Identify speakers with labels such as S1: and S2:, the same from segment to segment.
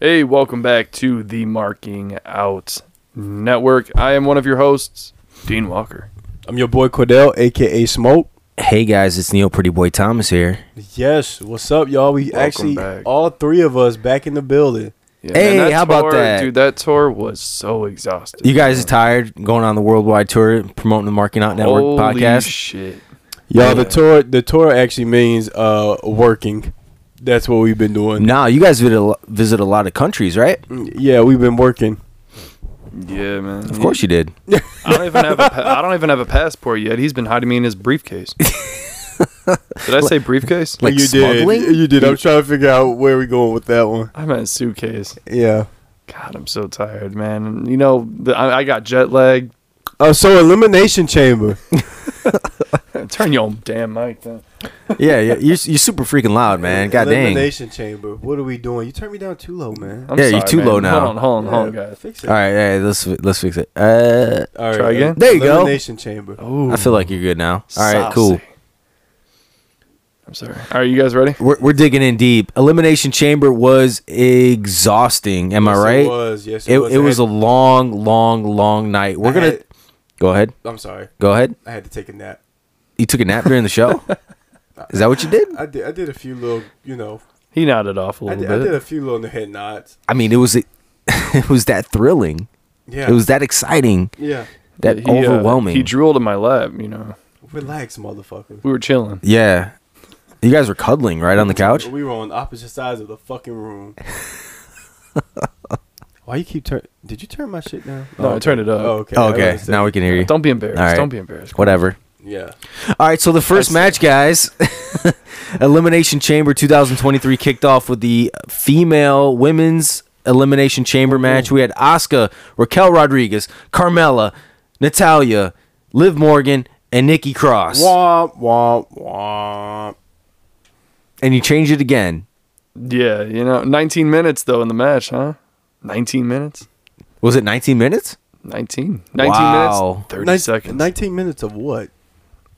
S1: Hey, welcome back to the Marking Out Network. I am one of your hosts, Dean Walker.
S2: I'm your boy Cordell, aka Smoke.
S3: Hey guys, it's Neil Pretty Boy Thomas here.
S2: Yes, what's up, y'all? We
S1: Welcome
S2: actually
S1: back.
S2: all three of us back in the building.
S1: Yeah, man,
S3: Hey,
S1: that
S3: how about
S1: tour-
S3: that?
S1: Dude, that tour was so exhausting.
S3: You guys are tired going on the worldwide tour promoting the Marking Out Network
S1: Holy
S3: podcast.
S1: shit.
S2: Y'all, the
S1: Yeah.
S2: tour, the tour actually means uh working. That's what we've been doing.
S3: now you guys visit a, lo- visit a lot of countries, right?
S2: Yeah, we've been working.
S1: Yeah, man.
S3: Of course you did.
S1: I don't even have a pa- I don't even have a passport yet. He's been hiding me in his briefcase. Did I say briefcase?
S3: Like
S2: you
S3: smuggling?
S2: did, you did. I'm trying to figure out where we going with that one.
S1: I meant suitcase.
S2: Yeah.
S1: God, I'm so tired, man. And, You know, the, I, I got jet lag.
S2: Oh, so elimination chamber.
S1: Turn your damn mic down.
S3: yeah, yeah, you're, s- you're super freaking loud, man. God dang. All
S2: Elimination chamber. What are we doing? You turned me down too low, man.
S1: I'm
S3: Yeah, you're
S1: sorry,
S3: too
S1: man.
S3: low now.
S1: Hold on, hold on, hold on, guys.
S2: Fix it.
S3: right, all right, let's let's fix it. Uh,
S2: All right.
S1: Try again?
S3: There you go.
S2: Elimination chamber.
S1: Oh,
S3: I feel like you're good now. All right, cool.
S1: I'm sorry. All right, you guys ready?
S3: We're, we're digging in deep. Elimination Chamber was exhausting. Am I
S2: Yes,
S3: right?
S2: It was. Yes, it,
S3: It,
S2: was.
S3: it was
S2: I
S3: a
S2: had-
S3: long, long, long night. We're
S2: I
S3: gonna
S2: had-
S3: go ahead.
S2: I'm sorry.
S3: Go ahead.
S2: I had to take a nap.
S3: You took a nap during the show. Is that what you did?
S2: I did. I did a few little. You know.
S1: He nodded off a
S2: I
S1: little
S2: did, I did
S1: bit.
S2: a few little head nods.
S3: I mean, it was it was that thrilling.
S2: Yeah.
S3: It was that exciting,
S2: Yeah.
S3: that
S1: He, uh,
S3: overwhelming.
S1: he drooled in my lap. You know,
S2: Relax, motherfucker.
S1: we were chilling.
S3: yeah, you guys were cuddling right on the couch.
S2: We were on opposite sides of the fucking room. Why you keep turn? Did you turn my shit down?
S1: No, I turned it up.
S2: Oh, okay.
S3: Oh,
S2: I
S3: okay,
S2: understand.
S3: now we can hear you.
S1: Don't be embarrassed.
S3: All right.
S1: Don't be embarrassed.
S3: Whatever.
S2: Yeah.
S3: All right, so the first match, guys, Elimination Chamber 2023 kicked off with the female women's Elimination Chamber match. We had Asuka, Raquel Rodriguez, Carmella, Natalia, Liv Morgan, and Nikki Cross.
S2: Womp womp womp.
S3: And you change it again.
S1: Yeah, you know, 19 minutes though in the match, huh? 19 minutes.
S3: Was it 19 minutes?
S1: 19. 19
S3: Wow.
S1: minutes. 30
S2: Nin-
S1: seconds.
S2: Nineteen minutes of what?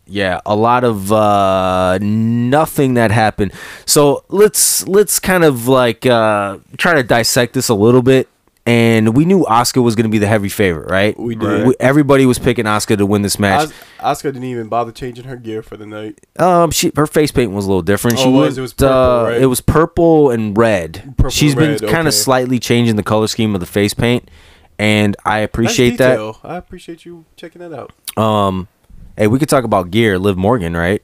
S3: yeah a lot of uh nothing that happened so let's let's kind of like uh try to dissect this a little bit and we knew oscar was going to be the heavy favorite right
S2: We did.
S3: everybody was picking oscar to win this match
S2: Os- Oscar didn't even bother changing her gear for the night.
S3: um she her face paint was a little different
S2: Oh,
S3: she
S2: it was?
S3: went,
S2: It was purple,
S3: uh,
S2: right?
S3: it was purple and red
S2: Purple
S3: She's
S2: and red,
S3: been kind
S2: okay.
S3: of slightly changing the color scheme of the face paint and i appreciate
S2: nice
S3: that
S2: detail. I appreciate you checking that out.
S3: um hey we could talk about gear liv morgan right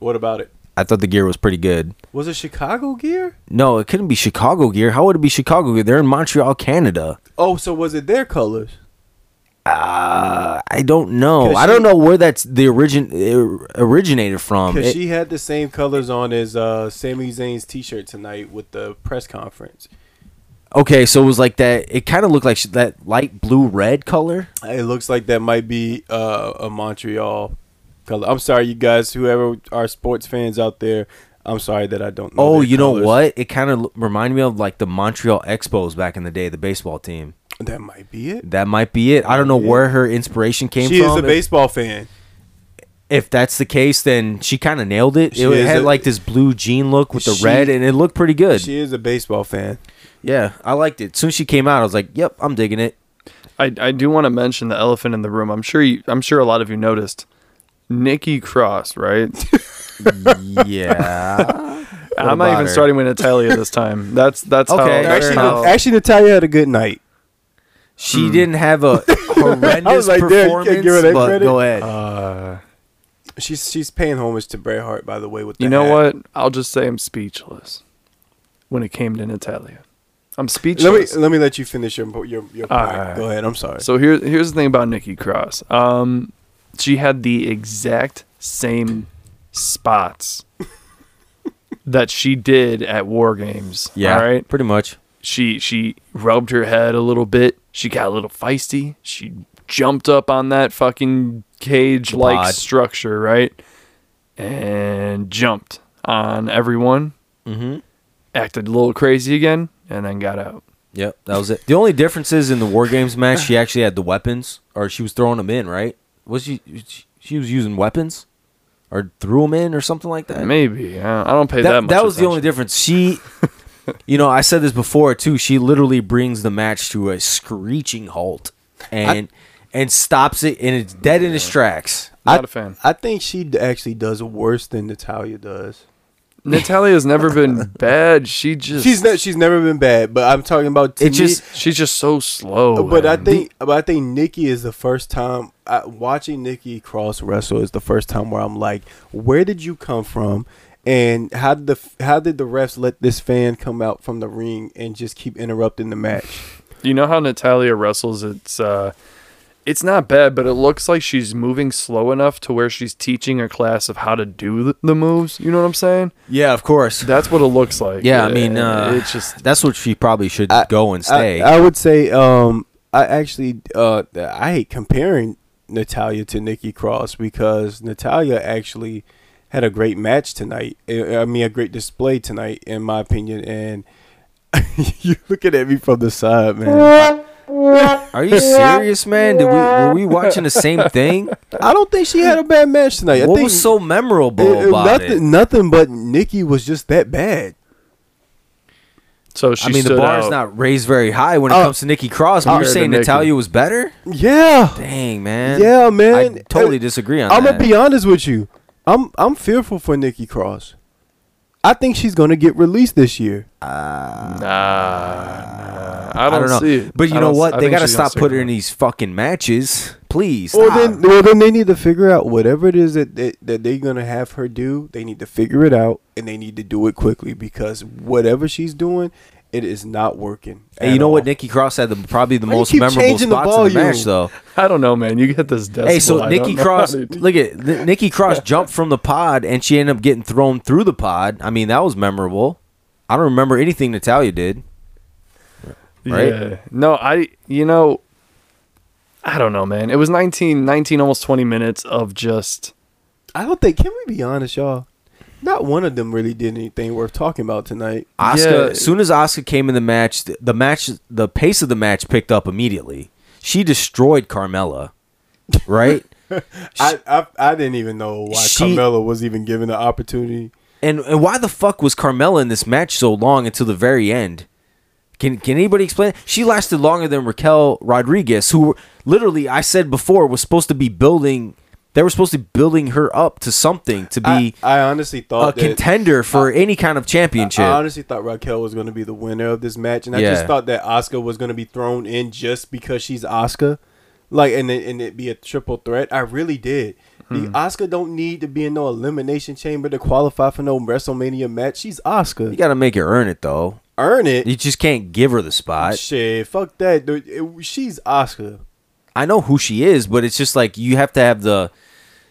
S2: What about it?
S3: i thought the gear was pretty good
S2: Was it Chicago gear?
S3: No, it couldn't be Chicago gear. How would it be Chicago gear? They're in Montreal, Canada.
S2: Oh, so was it their colors?
S3: Uh, I don't know.
S2: 'Cause
S3: I don't
S2: she-
S3: know where that's the origin it originated from.
S2: Because
S3: Um, It-
S2: she had the same colors on as uh, Sami Zayn's T-shirt tonight with the press conference.
S3: okay, so it was like that. It kind of looked like sh- that light blue red color.
S2: It looks like that might be uh, a Montreal color. I'm sorry, you guys, whoever are sports fans out there. I'm sorry that I don't. know
S3: oh,
S2: their
S3: you know
S2: colors.
S3: what? It kind of reminded me of like the Montreal Expos back in the day, the baseball team.
S2: That might be it.
S3: That might be it. I don't know where her inspiration came
S2: She
S3: from.
S2: is a
S3: If-
S2: baseball fan.
S3: if that's the case, then she kind of nailed it.
S2: She
S3: it
S2: is
S3: had
S2: a-
S3: like this blue jean look with the
S2: She-
S3: red, and it looked pretty good.
S2: She is a baseball fan.
S3: Yeah, I liked it. As soon as she came out, I was like, "Yep, I'm digging it."
S1: I, I do want to mention the elephant in the room. I'm sure you, I'm sure a lot of you noticed. Nikki Cross, right?
S3: yeah.
S1: I'm not
S3: about
S1: even
S3: her?
S1: starting with Natalia this time. That's that's
S3: Okay,
S1: how.
S3: fair
S1: That's
S2: Actually,
S1: how
S3: enough.
S2: actually, Natalia had a good night.
S3: She didn't have a horrendous
S2: like, "Damn, you can't
S3: performance,
S2: give her that
S3: but
S2: credit." Uh,
S3: go ahead.
S2: She's she's paying homage to Bret Hart, by the way. With the
S1: you know
S2: hat.
S1: what? I'll just say I'm speechless when it came to Natalia. I'm
S2: Let me
S1: speechless.
S2: let me let you finish your your, your point.
S1: Alright.
S2: Go ahead. I'm sorry.
S1: So here, here's the thing about Nikki Cross. Um, she had the exact same spots that she did at War Games.
S3: yeah,
S1: All right.
S3: pretty much.
S1: She she rubbed her head a little bit. She got a little feisty. She jumped up on that fucking cage like
S3: Pod.
S1: structure, right? And jumped on everyone.
S2: Mm-hmm.
S3: Mhm.
S1: Acted a little crazy again, and then got out.
S3: Yep, that was it. The only difference is in the War Games match, she actually had the weapons, or she was throwing them in, right? was she? She, she was using weapons, or threw them in, or something like that.
S1: Maybe. I don't, I don't pay that,
S3: that,
S1: much.
S3: that was the
S1: attention.
S3: only difference. She, you know, I said this before too. She literally brings the match to a screeching halt and and stops it, and it's dead in its tracks.
S1: Not
S2: I-
S1: a fan.
S2: I think she d- actually does worse than Natalia does.
S1: Natalia's never been bad. She just
S2: She's ne- she's never been bad, but I'm talking about to
S3: It
S2: me-
S3: just-
S1: she's just so slow.
S2: but I
S1: man.
S2: think but I think Nikki is the first time I, watching Nikki Cross wrestle is the first time where I'm like, where did you come from, and how did the f- how did the refs let this fan come out from the ring and just keep interrupting the match?
S1: You know how Natalia wrestles? It's uh, it's not bad, but it looks like she's moving slow enough to where she's teaching her class of how to do th- the moves. You know what I'm saying?
S3: Yeah, of course.
S1: That's what it looks like.
S3: yeah, I mean,
S1: Uh,
S3: uh,
S1: it's just
S3: that's what she probably should
S2: I-
S3: go and stay.
S2: I, I would say um, I actually uh, I hate comparing Natalia to Nikki Cross because Natalia actually had a great match tonight. I I mean, a great display tonight, in my opinion. And you looking at me from the side, man.
S3: Are you serious, man? Did we were we watching the same thing?
S2: I don't think she had a bad match tonight. I
S3: what
S2: think
S3: was so memorable
S2: it- it-
S3: about
S2: nothing,
S3: it?
S2: nothing but Nikki was just that bad.
S1: so she.
S3: I mean, the
S1: stood
S3: bar is
S1: out.
S3: not raised very high when it
S2: Oh.
S3: comes to Nikki Cross. But
S1: Oh.
S3: you're saying
S1: Compared to Nikki.
S3: Natalia was better?
S2: Yeah,
S3: Dang, man.
S2: yeah, man.
S3: I totally disagree on
S2: I'm
S3: that.
S2: gonna be honest with you. I'm I'm fearful for Nikki Cross. I think she's gonna get released this year.
S1: Nah, nah. I don't,
S3: know.
S1: see it.
S3: But
S1: I
S3: you know
S1: don't s-
S3: what?
S1: I
S3: they
S1: think
S3: gotta
S1: she's gonna
S3: stop
S1: stay
S3: putting her
S1: around.
S3: in these fucking matches, please.
S2: Well
S3: stop.
S2: then, well then they need to figure out whatever it is that they, that they're gonna have her do. They need to figure it out and they need to do it quickly because whatever she's doing, it is not working.
S3: and
S2: at
S3: you know what?
S2: all.
S3: Nikki Cross had the, probably the
S2: Why you
S3: most
S2: keep
S3: memorable spots
S2: changing the
S3: in the
S2: volume?
S3: match, though.
S1: I don't know, man. You get this. Decimal.
S3: Hey, so
S1: I
S3: Nikki
S1: don't know
S3: Cross,
S1: how to do-
S3: look at N- Nikki Cross jumped from the pod, and she ended up getting thrown through the pod. I mean, that was memorable. I don't remember anything Natalia did. right?
S1: Yeah. No, I. You know. I don't know, man. It was 19, 19, almost twenty minutes of just.
S2: I don't think. Can we be honest, y'all? Not one of them really did anything worth talking about tonight.
S3: Oscar,
S1: Yeah.
S3: as soon as Oscar came in the match, th- the match, the pace of the match picked up immediately. She destroyed Carmella, right?
S2: I I, I didn't even know why
S3: She-
S2: Carmella was even given the opportunity.
S3: and and why the fuck was Carmella in this match so long until the very end? Can can anybody explain? She lasted longer than Raquel Rodriguez, who literally I said before was supposed to be building. They were supposed to be building her up to something to
S2: I,
S3: be
S2: I honestly
S3: a
S2: thought that
S3: contender for any kind of championship.
S2: I honestly thought Raquel was going to be the winner of this match, and I
S3: Yeah.
S2: just thought that Oscar was going to be thrown in just because she's Oscar, like, and it, and it be a triple threat. I really did.
S3: Hmm.
S2: The Oscar don't need to be in no elimination chamber to qualify for no WrestleMania match. She's Oscar.
S3: you got to make her earn it though.
S2: Earn it.
S3: You just can't give her the spot.
S2: Shit, fuck that. dude. It- She's Oscar.
S3: I know who she is, but it's just like you have to have the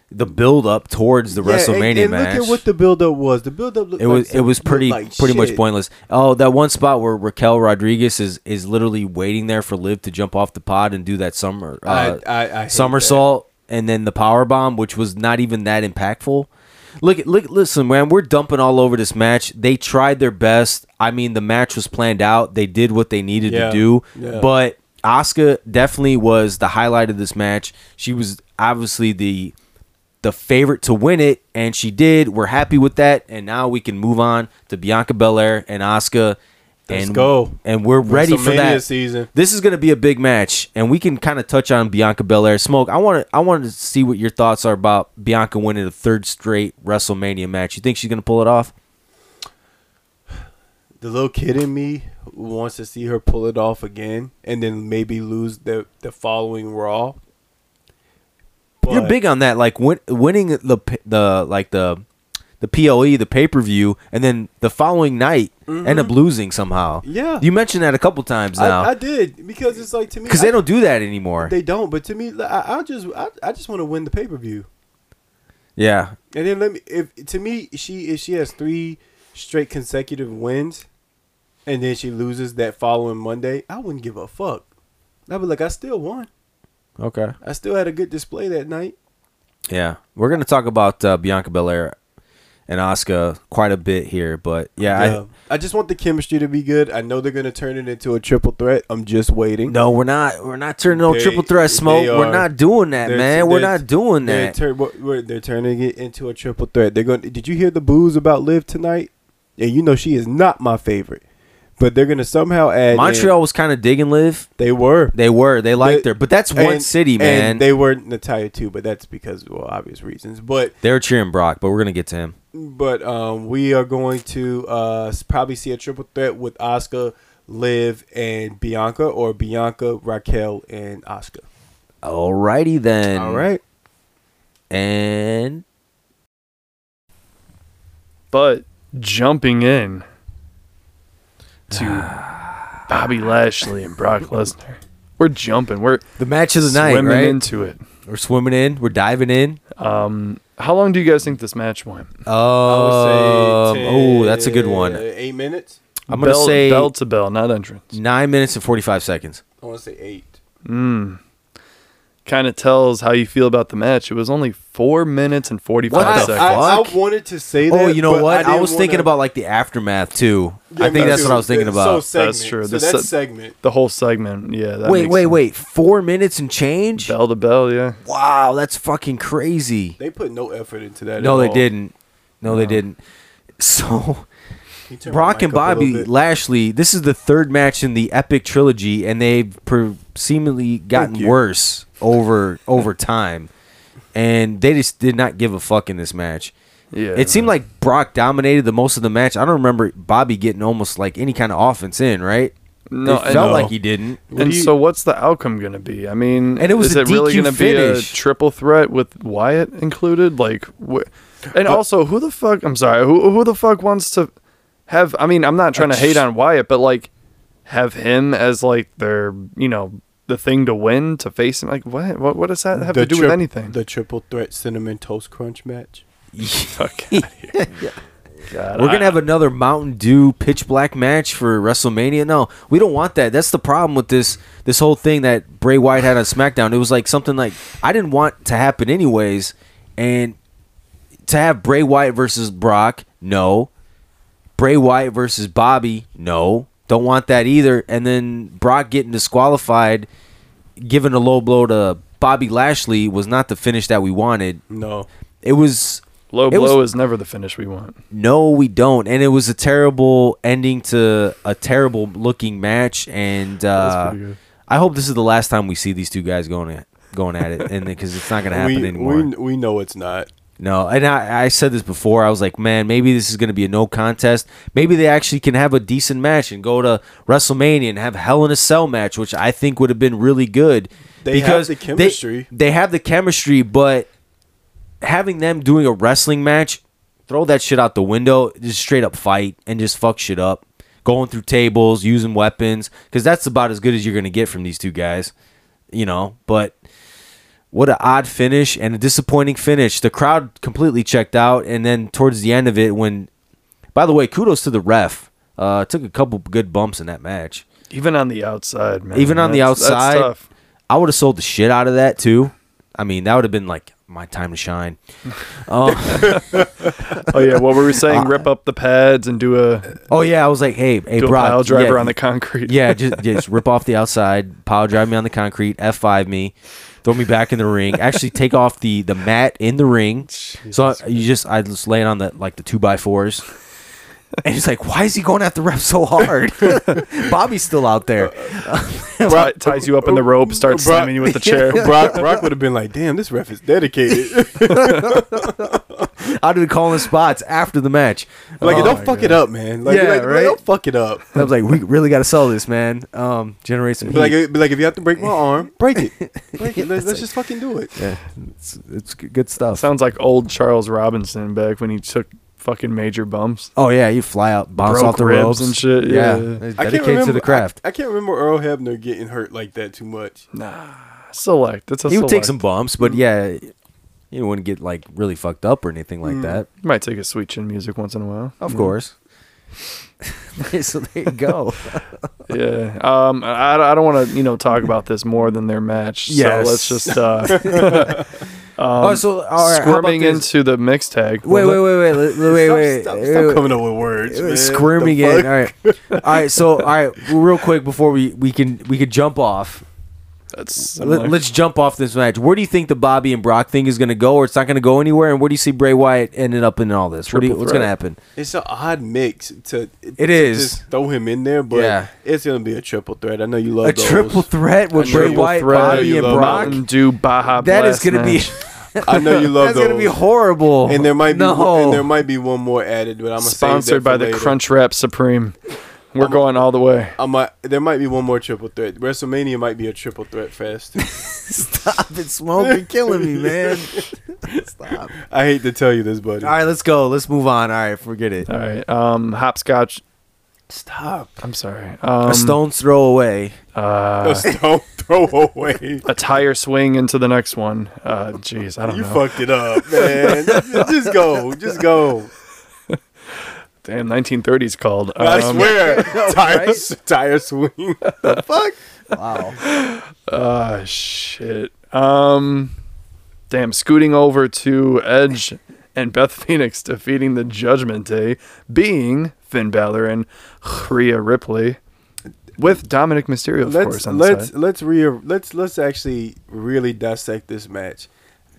S3: the build up towards the WrestleMania
S2: and, and
S3: match.
S2: Look at what the buildup was. The buildup. looked
S3: It was
S2: like
S3: it was
S2: looked
S3: pretty
S2: like
S3: pretty much
S2: shit.
S3: pointless. Oh, that one spot where Raquel Rodriguez is is literally waiting there for Liv to jump off the pod and do that summer uh,
S2: I- I- I hate that.
S3: somersault and then the power bomb, which was not even that impactful. Look at look listen, man, we're dumping all over this match. They tried their best. I mean, the match was planned out. They did what they needed
S2: Yeah,
S3: to do.
S2: yeah.
S3: But Asuka definitely was the highlight of this match. She was obviously the the favorite to win it, and she did. We're happy with that, and now we can move on to Bianca Belair and Asuka.
S2: Let's
S3: and,
S2: go.
S3: And we're ready for
S2: WrestleMania
S3: that
S2: season.
S3: This is going to be a big match, and we can kind of touch on Bianca Belair. Smoke, I want to I wanted to see what your thoughts are about Bianca winning a third straight WrestleMania match. You think she's going to pull it off?
S2: the little kid in me wants to see her pull it off again and then maybe lose the the following raw.
S3: You're
S2: But
S3: big on that, like win, winning the p- the like the the PLE, the pay per view, and then the following night end up losing somehow.
S2: Mm-hmm. Yeah.
S3: you mentioned that a couple times now.
S2: I, I did because it's like to me
S3: because
S2: I-
S3: they don't do that anymore.
S2: they don't but to me like, I, I just I, I just want to win the pay-per-view.
S3: yeah,
S2: And then let me if to me she if she has 3 straight consecutive wins and then she loses that following Monday, I wouldn't give a fuck. I'd be like I still won.
S3: Okay.
S2: I still had a good display that night.
S3: Yeah, we're gonna talk about uh, Bianca Belair and Asuka quite a bit here. But yeah,
S2: Yeah. I, just want the chemistry to be good. I know they're gonna turn it into a triple threat. I'm just
S3: I,
S2: waiting.
S3: no, we're not. We're not turning no
S2: They-
S3: triple threat smoke.
S2: they
S3: We're
S2: are-
S3: not doing that,
S2: They're-
S3: man. We're
S2: they're-
S3: not doing
S2: They're,
S3: that.
S2: tur- what- what- they're turning it into a triple threat. They're going. to Did you hear the booze about Liv tonight? And you know she is not my favorite, but they're gonna somehow add in-
S3: Montreal was kind of digging live.
S2: They were.
S3: They were. They liked
S2: They-
S3: her, but that's one
S2: And-
S3: city,
S2: and
S3: man. They,
S2: they were Natalia too, but that's because well, obvious reasons. But
S3: were cheering Brock, but we're gonna get to him.
S2: but um, we are going to uh s- probably see a triple threat with Oscar, Liv, and Bianca, or Bianca, Raquel, and Oscar.
S3: Alrighty then.
S2: All right.
S3: And
S1: But jumping in to Bobby Lashley and Brock Lesnar, we're jumping. We're
S3: the match of the night,
S1: swimming
S3: right?
S1: into it.
S3: We're swimming in. We're diving in.
S1: Um, how long do you guys think this match went?
S3: Um, oh, that's a good one.
S2: Eight minutes.
S3: I'm gonna
S1: Bell-
S3: say-
S1: bell to bell, not entrance.
S3: Nine minutes and forty-five seconds.
S2: I want to say eight.
S1: Mm. Kind of tells how you feel about the match. It was only four minutes and forty-five
S3: What the
S1: seconds.
S2: I, I
S3: fuck?
S2: wanted to say that.
S3: Oh, you know
S2: but
S3: what? I,
S2: didn't
S3: was
S2: wanna-
S3: thinking about like the aftermath too.
S2: Yeah,
S3: I think
S2: me
S3: that's
S2: too.
S3: what I was thinking
S2: So
S3: about.
S2: segment.
S1: That's true.
S2: So
S1: This
S2: that's
S1: se-
S2: segment.
S1: the whole segment, yeah. That
S3: wait,
S1: makes
S3: wait,
S1: sense.
S3: wait. Four minutes and change?
S1: Bell to bell, yeah.
S3: Wow, that's fucking crazy.
S2: They put no effort into that.
S3: No,
S2: at
S3: they
S2: all.
S3: didn't. No, they didn't. So
S2: Can you turn my
S3: Brock and
S2: mic up a little
S3: Bobby
S2: bit?
S3: Lashley, this is the third match in the epic trilogy, and they've per- seemingly gotten
S2: you.
S3: worse over over time. And they just did not give a fuck in this match.
S1: Yeah.
S3: It seemed like Brock dominated the most of the match. I don't remember Bobby getting almost like any kind of offense in, right?
S1: No,
S3: it
S1: I
S3: felt
S1: know.
S3: like he didn't.
S2: What
S1: And
S2: do you-
S1: so, what's the outcome going to be? I mean,
S3: And it was
S1: is
S3: a
S1: it really
S3: DQ
S1: going to be a
S3: finish.
S1: triple threat with Wyatt included? Like, wh- and also, who the fuck? I'm sorry, who who the fuck wants to have? I mean, I'm not trying to hate on Wyatt, but like, have him as like their, you know, the thing to win to face him. Like, what? What, what does that have to do with
S2: trip-
S1: anything?
S2: The triple threat cinnamon toast crunch match.
S1: fuck outta here. God,
S3: We're
S1: I-
S3: gonna have another Mountain Dew pitch black match for WrestleMania. No, we don't want that. That's the problem with this this whole thing that Bray Wyatt had on SmackDown. It was like something like I didn't want to happen anyways, and to have Bray Wyatt versus Brock, no. Bray Wyatt versus Bobby, no. Don't want that either. And then Brock getting disqualified, giving a low blow to Bobby Lashley was not the finish that we wanted.
S2: No.
S3: It was
S1: low
S3: it was-
S1: blow is never the finish we want.
S3: no, we don't. And it was a terrible ending to a terrible looking match. And uh,
S1: pretty good.
S3: I hope this is the last time we see these two guys going at going at it, and because it's not going to happen
S2: we,
S3: anymore.
S2: we we know it's not.
S3: No, and I, I said this before. I was like, man, maybe this is going to be a no contest. Maybe they actually can have a decent match and go to WrestleMania and have Hell in a Cell match, which I think would have been really good.
S2: They have the
S3: they-
S2: chemistry.
S3: They, have the chemistry, but having them doing a wrestling match, throw that shit out the window, just straight up fight and just fuck shit up. Going through tables, using weapons, because that's about as good as you're going to get from these two guys, you know. But what an odd finish and a disappointing finish. The crowd completely checked out, and then towards the end of it, when, by the way, kudos to the ref. Uh, took a couple good bumps in that match.
S1: Even on the outside, man.
S3: Even on the
S1: that's- that's
S3: outside,
S1: tough.
S3: I would have sold the shit out of that too. I mean, that would have been like my time to shine. Um,
S1: Oh yeah, what were we saying?
S3: Uh,
S1: Rip up the pads and do a
S3: oh yeah, I was like, hey, hey,
S1: do a
S3: Brock,
S1: pile driver
S3: yeah,
S1: on the concrete.
S3: yeah, just, just rip off the outside, pile drive me on the concrete, F five me, throw me back in the ring. Actually, take off the the mat in the ring. so I, you just I just lay it on the like the two by fours. And he's like, "Why is he going at the ref so hard?" Bobby's still out there.
S1: Tie- ties you up in the rope, starts
S2: Brock-
S1: slamming you with the chair.
S2: Brock Brock would have been like, "Damn, this ref is dedicated."
S3: Out of the calling spots after the match.
S2: like,
S3: Um,
S2: don't fuck it up, man. Like,
S3: Yeah,
S2: like,
S3: right?
S2: don't fuck it up.
S3: I was like, "We really got to sell this, man. Um, generate some
S2: Be
S3: heat."
S2: like, be like, if you have to break my arm, break it. Break it. Let's, let's just fucking do it.
S3: yeah, it's, it's g- good stuff.
S1: Sounds like old Charles Robinson back when he took fucking major bumps.
S3: Oh yeah, you fly out, bounce
S1: Broke
S3: off the
S1: ribs
S3: ropes
S1: and shit, yeah.
S2: I
S3: it's
S2: can't
S3: dedicated
S2: remember
S3: to the craft.
S2: I, I can't remember Earl Hebner getting hurt like that too much.
S1: Select. It's a
S3: he would take
S1: select.
S3: some bumps, but yeah, you wouldn't get like really fucked up or anything like that.
S1: You might take a sweet chin music once in a while.
S3: Mm. Of course. so there you go.
S1: Yeah. Um. I, I don't want to you know talk about this more than their match.
S3: Yes.
S1: So let's just uh,
S3: oh, so all right, how about
S1: squirming
S3: this?
S1: into the mix tag.
S3: Wait, wait, wait, wait, wait, wait, wait.
S2: Stop,
S3: wait,
S2: stop
S3: wait.
S2: coming up with words. Man.
S3: Squirming
S2: The
S3: it.
S2: fuck?
S3: All right, all right. So, all right, real quick before we we can we could jump off.
S1: That's
S3: Let, us jump off this match. Where do you think the Bobby and Brock thing is going to go, or it's not going to go anywhere? And where do you see Bray Wyatt ended up in all this? What do you,
S1: Triple
S3: what's going to
S1: threat.
S3: happen?
S2: It's an odd mix to.
S3: It
S2: to
S3: is.
S2: just throw him in there, but
S3: Yeah.
S2: it's gonna be a triple threat. I know you love
S3: A triple
S2: threat.
S3: threat with
S1: A
S3: Bray
S1: triple
S3: Wyatt,
S1: threat.
S3: Bobby,
S2: You
S3: and
S2: love
S3: Brock.
S1: Mountain Dew Baja
S3: That is
S1: Blast
S3: going to be
S1: match.
S2: I know you love
S3: that's going to
S2: those.
S3: be horrible.
S2: And there might be
S3: no.
S2: and there might be one more added, but I'm
S1: sponsored by the Crunch Wrap Supreme. We're going all the way.
S2: I might, there might be one more triple threat. WrestleMania might be a triple threat fest.
S3: Stop it, smoke. You're killing me, man. Stop.
S2: I hate to tell you this, buddy.
S3: All right, let's go. Let's move on. All right, forget it.
S1: All right. Um, hopscotch.
S3: Stop.
S1: I'm sorry. Um,
S3: a stone's throw away.
S1: uh,
S2: Just don't throw away.
S1: a tire swing into the next one. Uh, Jeez, I don't
S2: You
S1: know.
S2: fucked it up, man. just go, just go.
S1: Damn, 1930s called.
S2: I
S1: Um,
S2: swear, tire,
S3: right?
S2: tire swing. the fuck?
S3: Wow.
S1: Uh, shit. Um, damn, scooting over to Edge and Beth Phoenix defeating the Judgment Day, being Finn Balor and Rhea Ripley, with Dominic Mysterio, of
S2: let's
S1: course, on the
S2: let's
S1: side.
S2: let's re let's let's actually really dissect this match.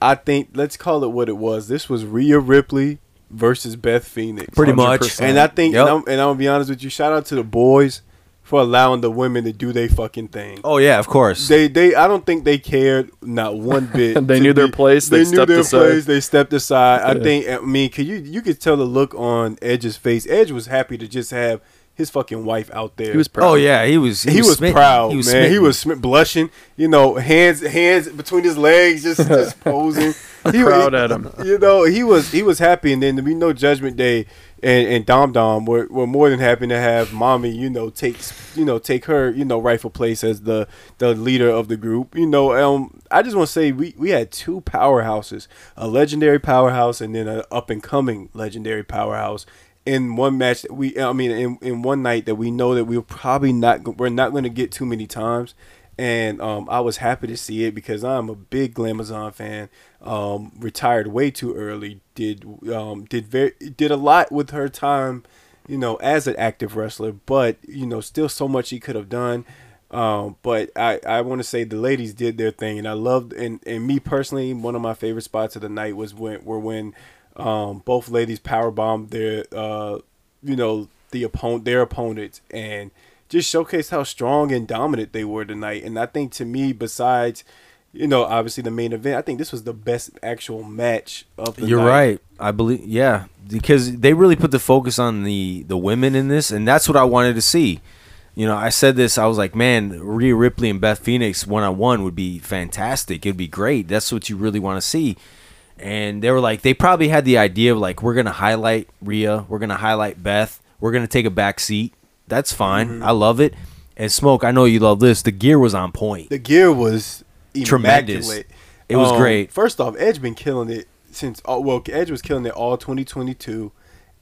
S2: I think let's call it what it was. This was Rhea Ripley versus Beth Phoenix.
S3: Pretty much.
S1: 100%.
S2: And I think,
S3: Yep.
S2: and, I'm, and I'm gonna be honest with you. Shout out to the boys for allowing the women to do their fucking thing.
S3: Oh yeah, of course.
S2: They, they, I don't think they cared not one bit.
S1: They
S2: to
S1: knew their place, they
S2: They, knew
S1: stepped
S2: their
S1: aside.
S2: place. They stepped aside. I think. I mean, could you you could tell the look on Edge's face. Edge was happy to just have his fucking wife out there.
S1: He was proud.
S3: Oh yeah, he was.
S2: He, was,
S3: smitten.
S2: proud, man. He
S3: smitten.
S2: was smi- blushing, you know, hands hands between his legs, just just posing. He
S1: Proud
S2: was,
S1: at him.
S2: You know, he was he was happy, and then to be no Judgment Day and and Dom Dom were, were more than happy to have mommy, you know, takes you know take her you know rightful place as the the leader of the group. You know, um, I just want to say we we had two powerhouses, a legendary powerhouse, and then an up and coming legendary powerhouse in one match that we I mean in, in one night that we know that we're probably not go- we're not going to get too many times and um, I was happy to see it because I'm a big Glamazon fan um, retired way too early did um, did very did a lot with her time you know as an active wrestler but you know still so much she could have done um, but I, I want to say the ladies did their thing, and I loved and, and me personally, one of my favorite spots of the night was when were when um, both ladies power bombed their uh, you know the opponent their opponents and just showcased how strong and dominant they were tonight. And I think to me, besides you know obviously the main event, I think this was the best actual match of the
S3: You're
S2: night.
S3: right. I believe. Yeah, because they really put the focus on the the women in this, and that's what I wanted to see. You know, I said this. I was like, man, Rhea Ripley and Beth Phoenix one on one would be fantastic. It'd be great. That's what you really want to see. And they were like, they probably had the idea of like, we're gonna highlight Rhea, we're gonna highlight Beth, we're gonna take a back seat. That's fine.
S2: Mm-hmm.
S3: I love it. And smoke, I know you love this. The gear was on point.
S2: The gear was
S3: Tremendous.
S2: immaculate.
S3: It
S2: Oh.
S3: was great.
S2: Um, First off, Edge been killing it since all, well, Edge was killing it all 2022,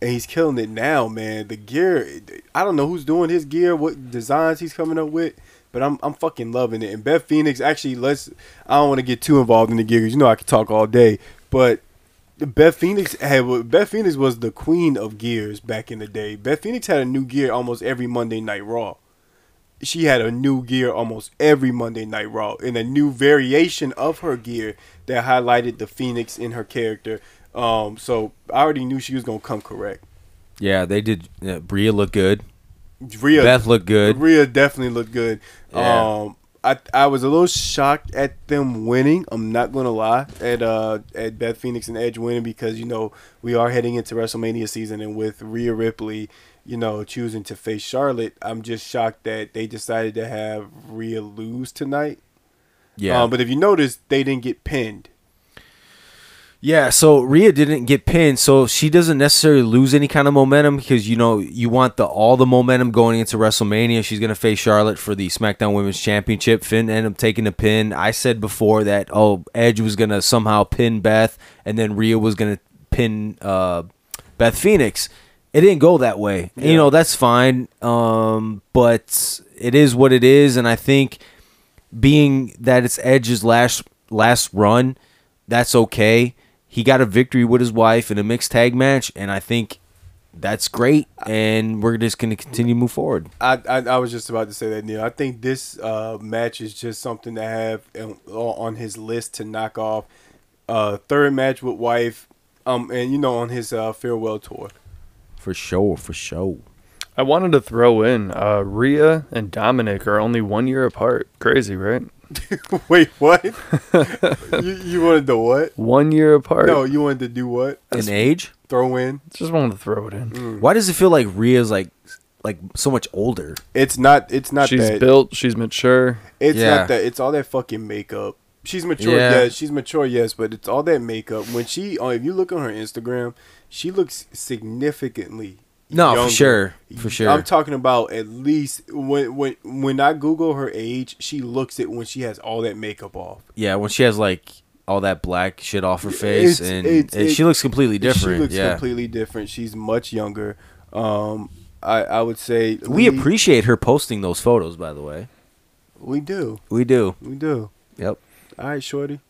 S2: and he's killing it now, man. The gear, I don't know who's doing his gear, what designs he's coming up with, but I'm I'm fucking loving it. And Beth Phoenix, actually, let's I don't want to get too involved in the gear 'cause you know I could talk all day, but Beth Phoenix had Beth Phoenix was the queen of gears back in the day. Beth Phoenix had a new gear almost every Monday Night Raw. She had a new gear almost every Monday Night Raw, and a new variation of her gear that highlighted the Phoenix in her character. Um, so I already knew she was gonna come correct.
S3: Yeah, they did. Yeah, Rhea looked good.
S2: Rhea,
S3: Beth looked good.
S2: Rhea definitely looked good.
S3: Yeah.
S2: Um, I I was a little shocked at them winning. I'm not gonna lie at uh at Beth Phoenix and Edge winning because you know we are heading into WrestleMania season and with Rhea Ripley, you know choosing to face Charlotte, I'm just shocked that they decided to have Rhea lose tonight.
S3: Yeah,
S2: Um, but if you notice, they didn't get pinned.
S3: Yeah, so Rhea didn't get pinned, so she doesn't necessarily lose any kind of momentum because you know you want the all the momentum going into WrestleMania. She's gonna face Charlotte for the SmackDown Women's Championship. Finn ended up taking the pin. I said before that oh Edge was gonna somehow pin Beth, and then Rhea was gonna pin uh, Beth Phoenix. It didn't go that way. You know that's fine, um, but it is what it is, and I think being that it's Edge's last last run, That's okay. He got a victory with his wife in a mixed tag match, and I think that's great. And we're just going to continue to move forward.
S2: I, I I was just about to say that Neil. I think this uh, match is just something to have on, on his list to knock off. Uh, third match with wife, um, and you know on his uh, farewell tour.
S3: For sure, for sure.
S1: I wanted to throw in uh, Rhea and Dominic are only one year apart. Crazy, right?
S2: Wait, what? you, you wanted to what?
S1: One year apart.
S2: No, you wanted to do what?
S3: In age?
S2: Throw in.
S1: Just wanted to throw it
S2: Mm.
S1: in.
S3: Mm. Why does it feel like Rhea's like like so much older?
S2: It's not. It's not
S1: she's
S2: that.
S1: built. She's mature.
S2: It's
S3: Yeah.
S2: not that. It's all that fucking makeup. She's mature,
S3: Yeah.
S2: yes. She's mature, yes. But it's all that makeup. When she, oh, if you look on her Instagram, she looks significantly.
S3: No, for
S2: younger.
S3: sure, for sure.
S2: I'm talking about at least when when when I Google her age, she looks it when she has all that makeup off.
S3: Yeah, when she has like all that black shit off her face,
S2: It's-
S3: and,
S2: it's-
S3: and
S2: it-
S3: she looks completely different.
S2: She looks
S3: yeah,
S2: completely different. She's much younger. Um, I I would say
S3: we appreciate her posting those photos, by the way.
S2: we do
S3: We do.
S2: we do.
S3: Yep.
S2: All right, shorty.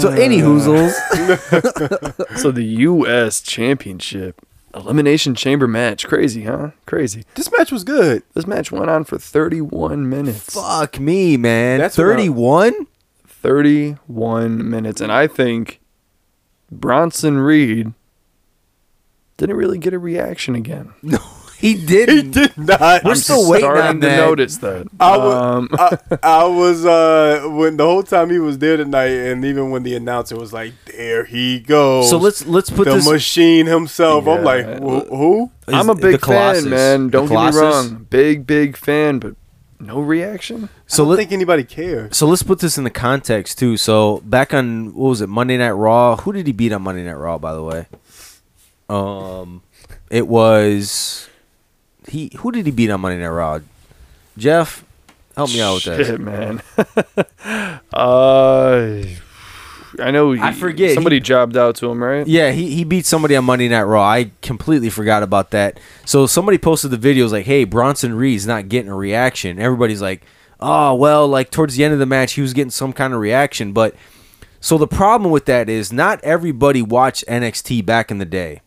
S3: So, any
S2: Uh,
S3: hoozles,
S1: So the U.S. Championship elimination chamber match. Crazy, huh? Crazy.
S2: This match was good.
S1: This match went on for 31 minutes.
S3: fuck me, man.
S2: That's what I-
S3: thirty-one.
S1: 31 minutes, and I think Bronson Reed didn't really get a reaction again.
S3: No, he
S2: He
S3: didn't.
S2: did not.
S3: We're still waiting
S1: Starting
S3: on
S1: to
S3: that.
S1: notice that.
S2: I was,
S1: Um,
S2: I, I was uh when the whole time he was there tonight, and even when the announcer was like, "There he goes,"
S3: So let's let's put
S2: the
S3: this.
S2: machine himself. I'm
S1: Yeah.
S2: like, "Wh- who?
S3: is
S1: I'm a
S3: the
S1: big
S3: Colossus.
S1: fan, man.
S3: The
S1: Don't get me
S3: Colossus?
S1: wrong. Big, big fan, but no reaction.
S2: I
S3: So
S2: don't
S3: let
S2: think anybody cares.
S3: so let's put this in the context too. So back on what was it Monday Night Raw? Who did he beat on Monday Night Raw? By the way, um, it was he. Who did he beat on Monday Night Raw? Jeff, help me out with that.
S1: Shit, man. uh, I know.
S3: I
S1: he-
S3: forget.
S1: Somebody jobbed out to him, right?
S3: Yeah, he, he beat somebody on Monday Night Raw. I completely forgot about that. So somebody posted the videos like, "Hey, Bronson Reed's not getting a reaction." Everybody's like, "Oh, well, like towards the end of the match, he was getting some kind of reaction." But so the problem with that is not everybody watched NXT back in the day,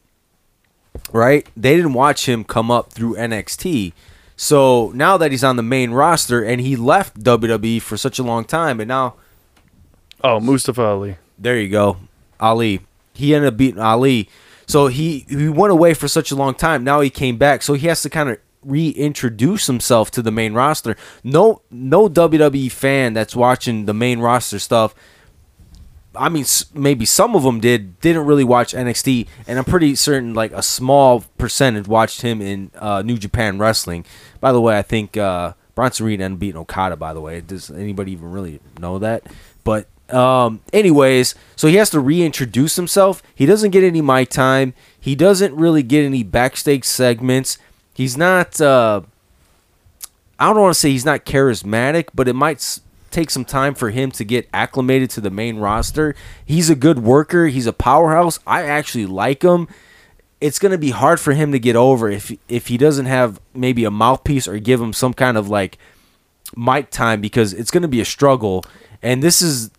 S3: right? They didn't watch him come up through NXT. So now that he's on the main roster and he left WWE for such a long time, and now
S1: Oh, Mustafa Ali.
S3: there you go. Ali. He ended up beating Ali. So he he went away for such a long time. Now he came back. So he has to kind of reintroduce himself to the main roster. No no WWE fan that's watching the main roster stuff. I mean, s- maybe some of them did didn't really watch NXT, and I'm pretty certain like a small percentage watched him in uh, New Japan Wrestling. By the way, I think uh, Bronson Reed ended up beating Okada. By the way, does anybody even really know that? But um, anyways, so he has to reintroduce himself. He doesn't get any mic time. He doesn't really get any backstage segments. He's not. Uh, I don't want to say he's not charismatic, but it might s- take some time for him to get acclimated to the main roster. He's a good worker. He's a powerhouse. I actually like him. It's going to be hard for him to get over if if he doesn't have maybe a mouthpiece or give him some kind of like mic time because it's going to be a struggle. And this is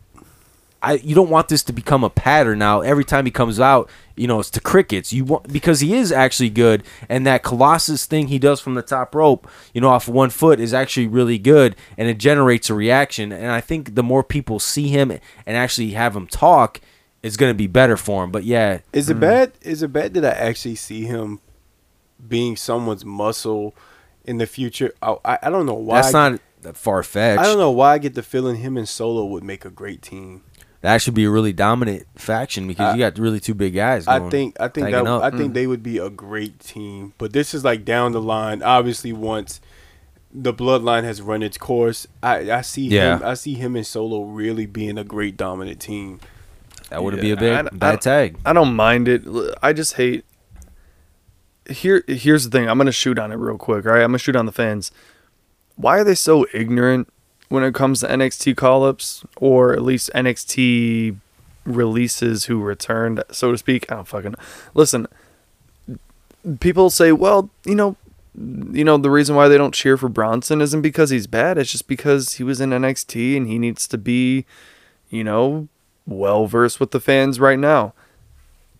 S3: I you don't want this to become a pattern now. Every time he comes out, you know, it's the crickets. You want because he is actually good and that Colossus thing he does from the top rope, you know, off one foot is actually really good and it generates a reaction. And I think the more people see him and actually have him talk, it's gonna be better for him. But yeah,
S2: Is it bad? Is it bad that I actually see him being someone's muscle in the future? I I, I don't know why.
S3: that's not far
S2: I don't
S3: fetched.
S2: know why I get the feeling him and Solo would make a great team.
S3: That should be a really dominant faction
S2: I-
S3: because you got really two big guys.
S2: I
S3: going-
S2: think I think
S3: tagging
S2: that
S3: up.
S2: I think they would be a great team. But this is like down the line. Obviously, once the bloodline has run its course, I, I see
S3: Yeah.
S2: him I see him and Solo really being a great dominant team.
S3: that would
S1: Yeah,
S3: be a big
S1: I- I-
S3: bad tag.
S1: I don't mind it. L- I just hate. Here, here's the thing. I'm gonna shoot on it real quick. All right, I'm gonna shoot on the fans. Why are they so ignorant when it comes to NXT call-ups or at least NXT releases who returned, so to speak? I don't fucking listen. People say, well, you know, you know, the reason why they don't cheer for Bronson isn't because he's bad. It's just because he was in NXT and he needs to be, you know, well versed with the fans right now.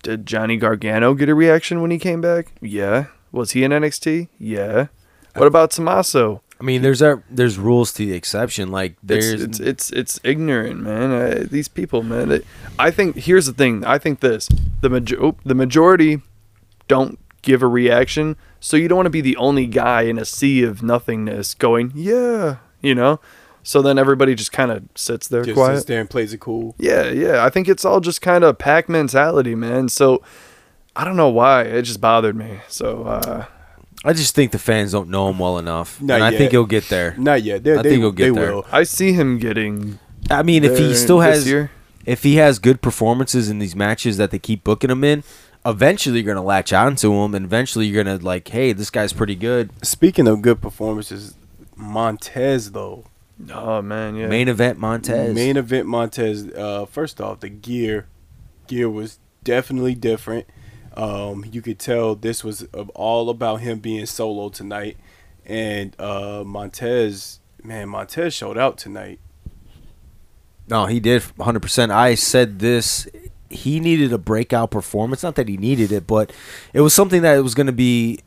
S1: Did Johnny Gargano get a reaction when he came back? Yeah. Was he in NXT? Yeah. What about Tommaso?
S3: I mean, there's our, there's rules to the exception. Like
S1: It's,
S3: there's
S1: it's it's it's ignorant, man. Uh, these people, man. They, I think here's the thing. I think this the major oop, the majority don't give a reaction, so you don't want to be the only guy in a sea of nothingness going, yeah, you know. So then everybody just kind of sits there
S2: Just
S1: quiet.
S2: sits there and plays it cool.
S1: Yeah, yeah. I think it's all just kind of pack mentality, man. So I don't know why it just bothered me. So uh,
S3: I just think the fans don't know him well enough,
S2: Not
S3: and I
S2: yet.
S3: think he'll get there.
S2: Not yet. They,
S3: I
S2: they,
S3: think he'll get
S2: they
S3: there.
S2: will.
S1: I see him getting.
S3: I mean, if he
S1: there
S3: still
S1: this
S3: has,
S1: year.
S3: if he has good performances in these matches that they keep booking him in, eventually you're gonna latch on to him, and eventually you're gonna like, hey, this guy's pretty good.
S2: Speaking of good performances, Montez though.
S1: Oh man, yeah.
S3: Main event Montez.
S2: Main event Montez. Uh, first off, the gear, gear was definitely different. Um, you could tell this was of- all about him being solo tonight, and uh, Montez, man, Montez showed out tonight.
S3: no, he did 100. percent I said this. He needed a breakout performance. Not that he needed it, but it was something that was gonna be.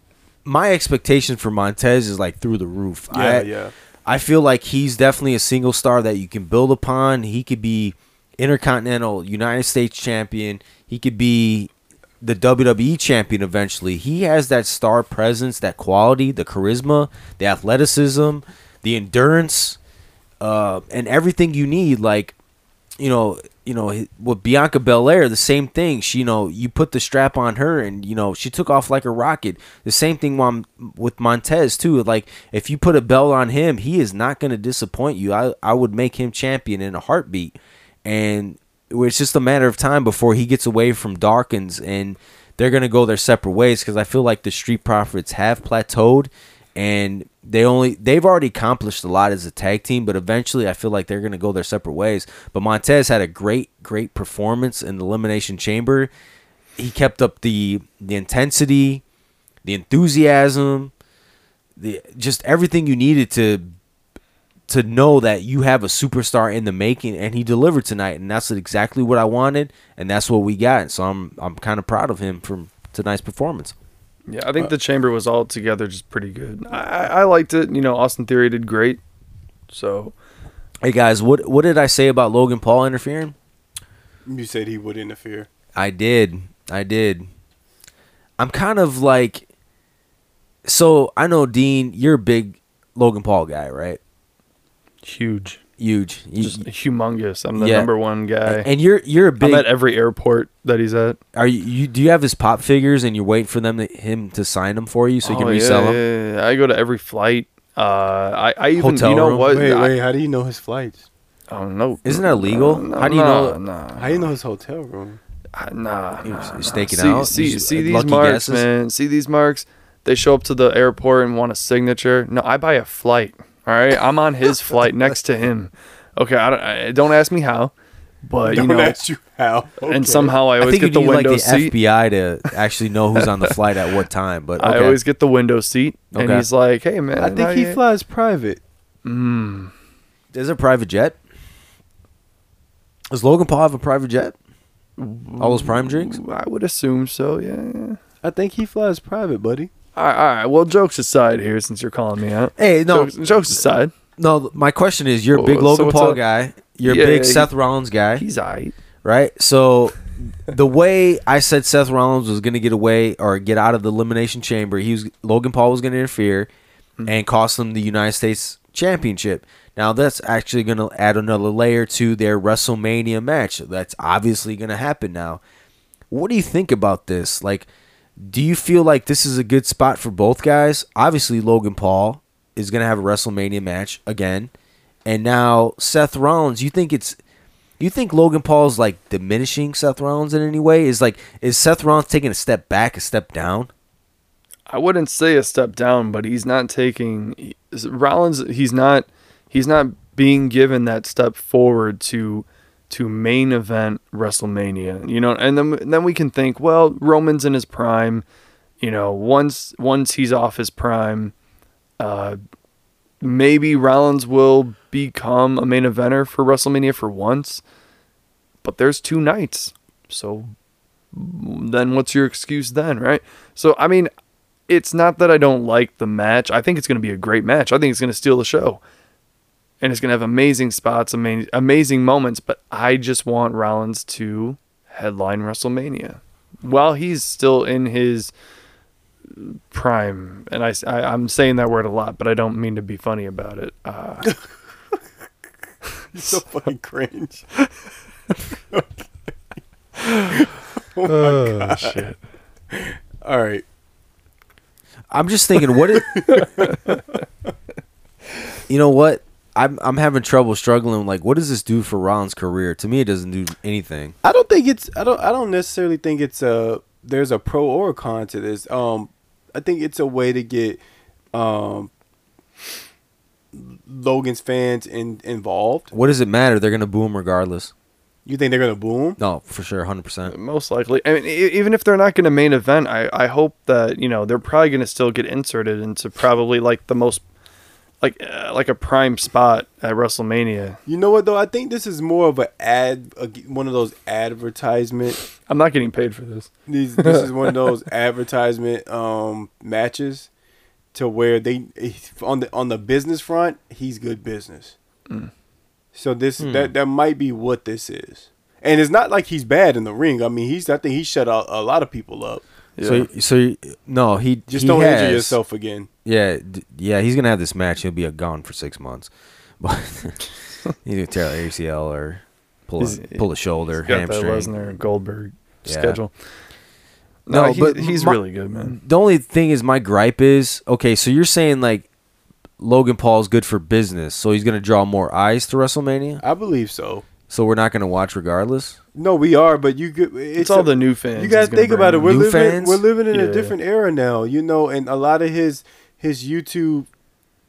S3: My expectation for Montez is like through the roof.
S2: Yeah,
S3: I,
S2: yeah.
S3: I feel like he's definitely a single star that you can build upon. He could be intercontinental United States champion. He could be the WWE champion eventually. He has that star presence, that quality, the charisma, the athleticism, the endurance, uh, and everything you need. Like, you know, you know, with Bianca Belair, the same thing. She, you know, you put the strap on her, and you know, she took off like a rocket. The same thing Mom, with Montez too. Like, if you put a belt on him, he is not going to disappoint you. I, I would make him champion in a heartbeat, and it's just a matter of time before he gets away from Dawkins, and they're going to go their separate ways. Because I feel like the Street Profits have plateaued, and they only they've already accomplished a lot as a tag team but eventually i feel like they're going to go their separate ways but montez had a great great performance in the elimination chamber he kept up the the intensity the enthusiasm the just everything you needed to to know that you have a superstar in the making and he delivered tonight and that's exactly what i wanted and that's what we got so i'm i'm kind of proud of him from tonight's performance
S1: Yeah, I
S3: Uh,
S1: think the chamber was all together just pretty good. I, I I liked it. You know, Austin Theory did great. So
S3: hey guys what what did i say about logan paul interfering
S2: You said he would interfere.
S3: I did. I did. I'm kind of like so I know Dean, you're a big Logan Paul guy, right?
S1: huge,
S3: Huge. You-
S1: just humongous. I'm the
S3: Yeah.
S1: number one guy.
S3: and you're you're a big
S1: I'm at every airport that he's at.
S3: are you, you do you have his pop figures and you're waiting for them to, him to sign them for you so you can
S1: Oh, yeah,
S3: resell them?
S1: yeah, yeah. I go to every flight. Uh, I, I even
S3: Hotel
S1: you know
S3: room.
S1: what?
S2: Wait,
S1: I,
S2: wait. How do you know his flights?
S1: I don't know.
S3: Isn't that illegal?
S1: No,
S3: How do you
S1: no,
S3: know-
S1: no.
S2: How do you know his hotel room?
S1: Uh, Nah,
S3: You're
S1: nah, nah.
S3: staking
S1: see,
S3: out?
S1: See,
S3: You just-
S1: see
S3: uh,
S1: these
S3: lucky
S1: marks,
S3: guesses?
S1: man. See these marks. They show up to the airport and want a signature. No, I buy a flight. All right, I'm on his flight next to him. Okay, I don't. I, don't ask me how, but
S2: Don't
S1: you know.
S2: ask you how. Okay.
S1: And somehow I
S3: I
S1: always
S3: think you
S1: get the
S3: need like
S1: window
S3: the
S1: seat.
S3: FBI to actually know who's on the flight at what time, but
S1: I
S3: okay.
S1: always get the window seat, and
S3: Okay.
S1: he's like, "Hey, man,
S2: I
S1: how
S2: think he
S1: you-"
S2: flies private.
S3: Is it a private jet? Does Logan Paul have a private jet? All those prime drinks?
S1: I would assume so. Yeah. yeah.
S2: I think he flies private, buddy.
S1: All right, all right. Well, jokes aside, here since you're calling me out.
S3: Hey, no.
S1: jokes, jokes aside,
S3: No, th- my question is: You're a big
S1: Oh, so
S3: Logan
S1: what's
S3: Paul
S1: up?
S3: guy. You're
S1: Yeah,
S3: a big
S1: he-
S3: Seth Rollins guy,
S1: he's alright.
S3: right? So, the way I said Seth Rollins was going to get away or get out of the elimination chamber, he was Logan Paul was going to interfere and cost them the United States Championship. Now that's actually going to add another layer to their WrestleMania match. That's obviously going to happen now. What do you think about this? Like, do you feel like this is a good spot for both guys? Obviously, Logan Paul is going to have a WrestleMania match again, and now Seth Rollins. You think it's you think Logan Paul's like diminishing Seth Rollins in any way? Is like is Seth Rollins taking a step back, a step down?
S1: I wouldn't say a step down, but he's not taking Rollins. He's not. He's not being given that step forward to to main event WrestleMania. You know, and then then we can think, well, Roman's in his prime. you know, once once he's off his prime, uh, maybe Rollins will become a main eventer for WrestleMania for once. But there's two nights, so then what's your excuse then, right? So I mean, it's not that I don't like the match. I think it's going to be a great match. I think it's going to steal the show. And it's going to have amazing spots, amazing, amazing moments, but I just want Rollins to headline WrestleMania while he's still in his prime. And I, I, am saying that word a lot, but I don't mean to be funny about it. Uh,
S2: so fucking cringe. oh my god. Shit. All right.
S3: I'm just thinking, what is? you know what? I'm I'm having trouble struggling. Like, what does this do for Rollins' career? To me, it doesn't do anything.
S2: I don't think it's. I don't. I don't necessarily think it's a. There's a pro or a con to this. Um, I think it's a way to get, um, Logan's fans in, involved.
S3: What does it matter? They're gonna boo him regardless.
S2: You think they're gonna boom?
S3: No, for sure, hundred percent.
S1: most likely. I mean, e- even if they're not going to main event, I, I hope that you know they're probably going to still get inserted into probably like the most like uh, like a prime spot at WrestleMania.
S2: You know what though? I think this is more of an ad, a, one of those advertisement.
S1: I'm not getting paid for this.
S2: These this is one of those advertisement um matches to where they on the on the business front he's good business.
S1: Mm.
S2: So this that that might be what this is. And it's not like he's bad in the ring. I mean, he's I think he shut a, a lot of people up.
S3: So so no, he
S2: Just
S3: he
S2: don't
S3: has,
S2: injure yourself again.
S3: Yeah, d- yeah, he's gonna have this match. He'll be a gone for six months, but he's gonna tear an ACL or pull a,
S1: He's-
S3: pull a shoulder,
S1: He's got that
S3: hamstring.
S1: Lesnar and Goldberg
S3: Yeah.
S1: schedule. No,
S3: No,
S1: he-
S3: but
S1: he's
S3: my-
S1: really good, man.
S3: The only thing is, my gripe is okay. So you're saying like Logan Paul's good for business, so he's gonna draw more eyes to WrestleMania.
S2: I believe so.
S3: So we're not gonna watch regardless.
S2: No, we are, but you could.
S1: It's, all the new fans.
S2: You gotta
S1: he's gonna
S2: think about it.
S1: bring in.
S2: We're
S3: New
S2: living,
S3: fans?
S2: we're living in
S1: Yeah.
S2: a different era now, you know, and a lot of his his YouTube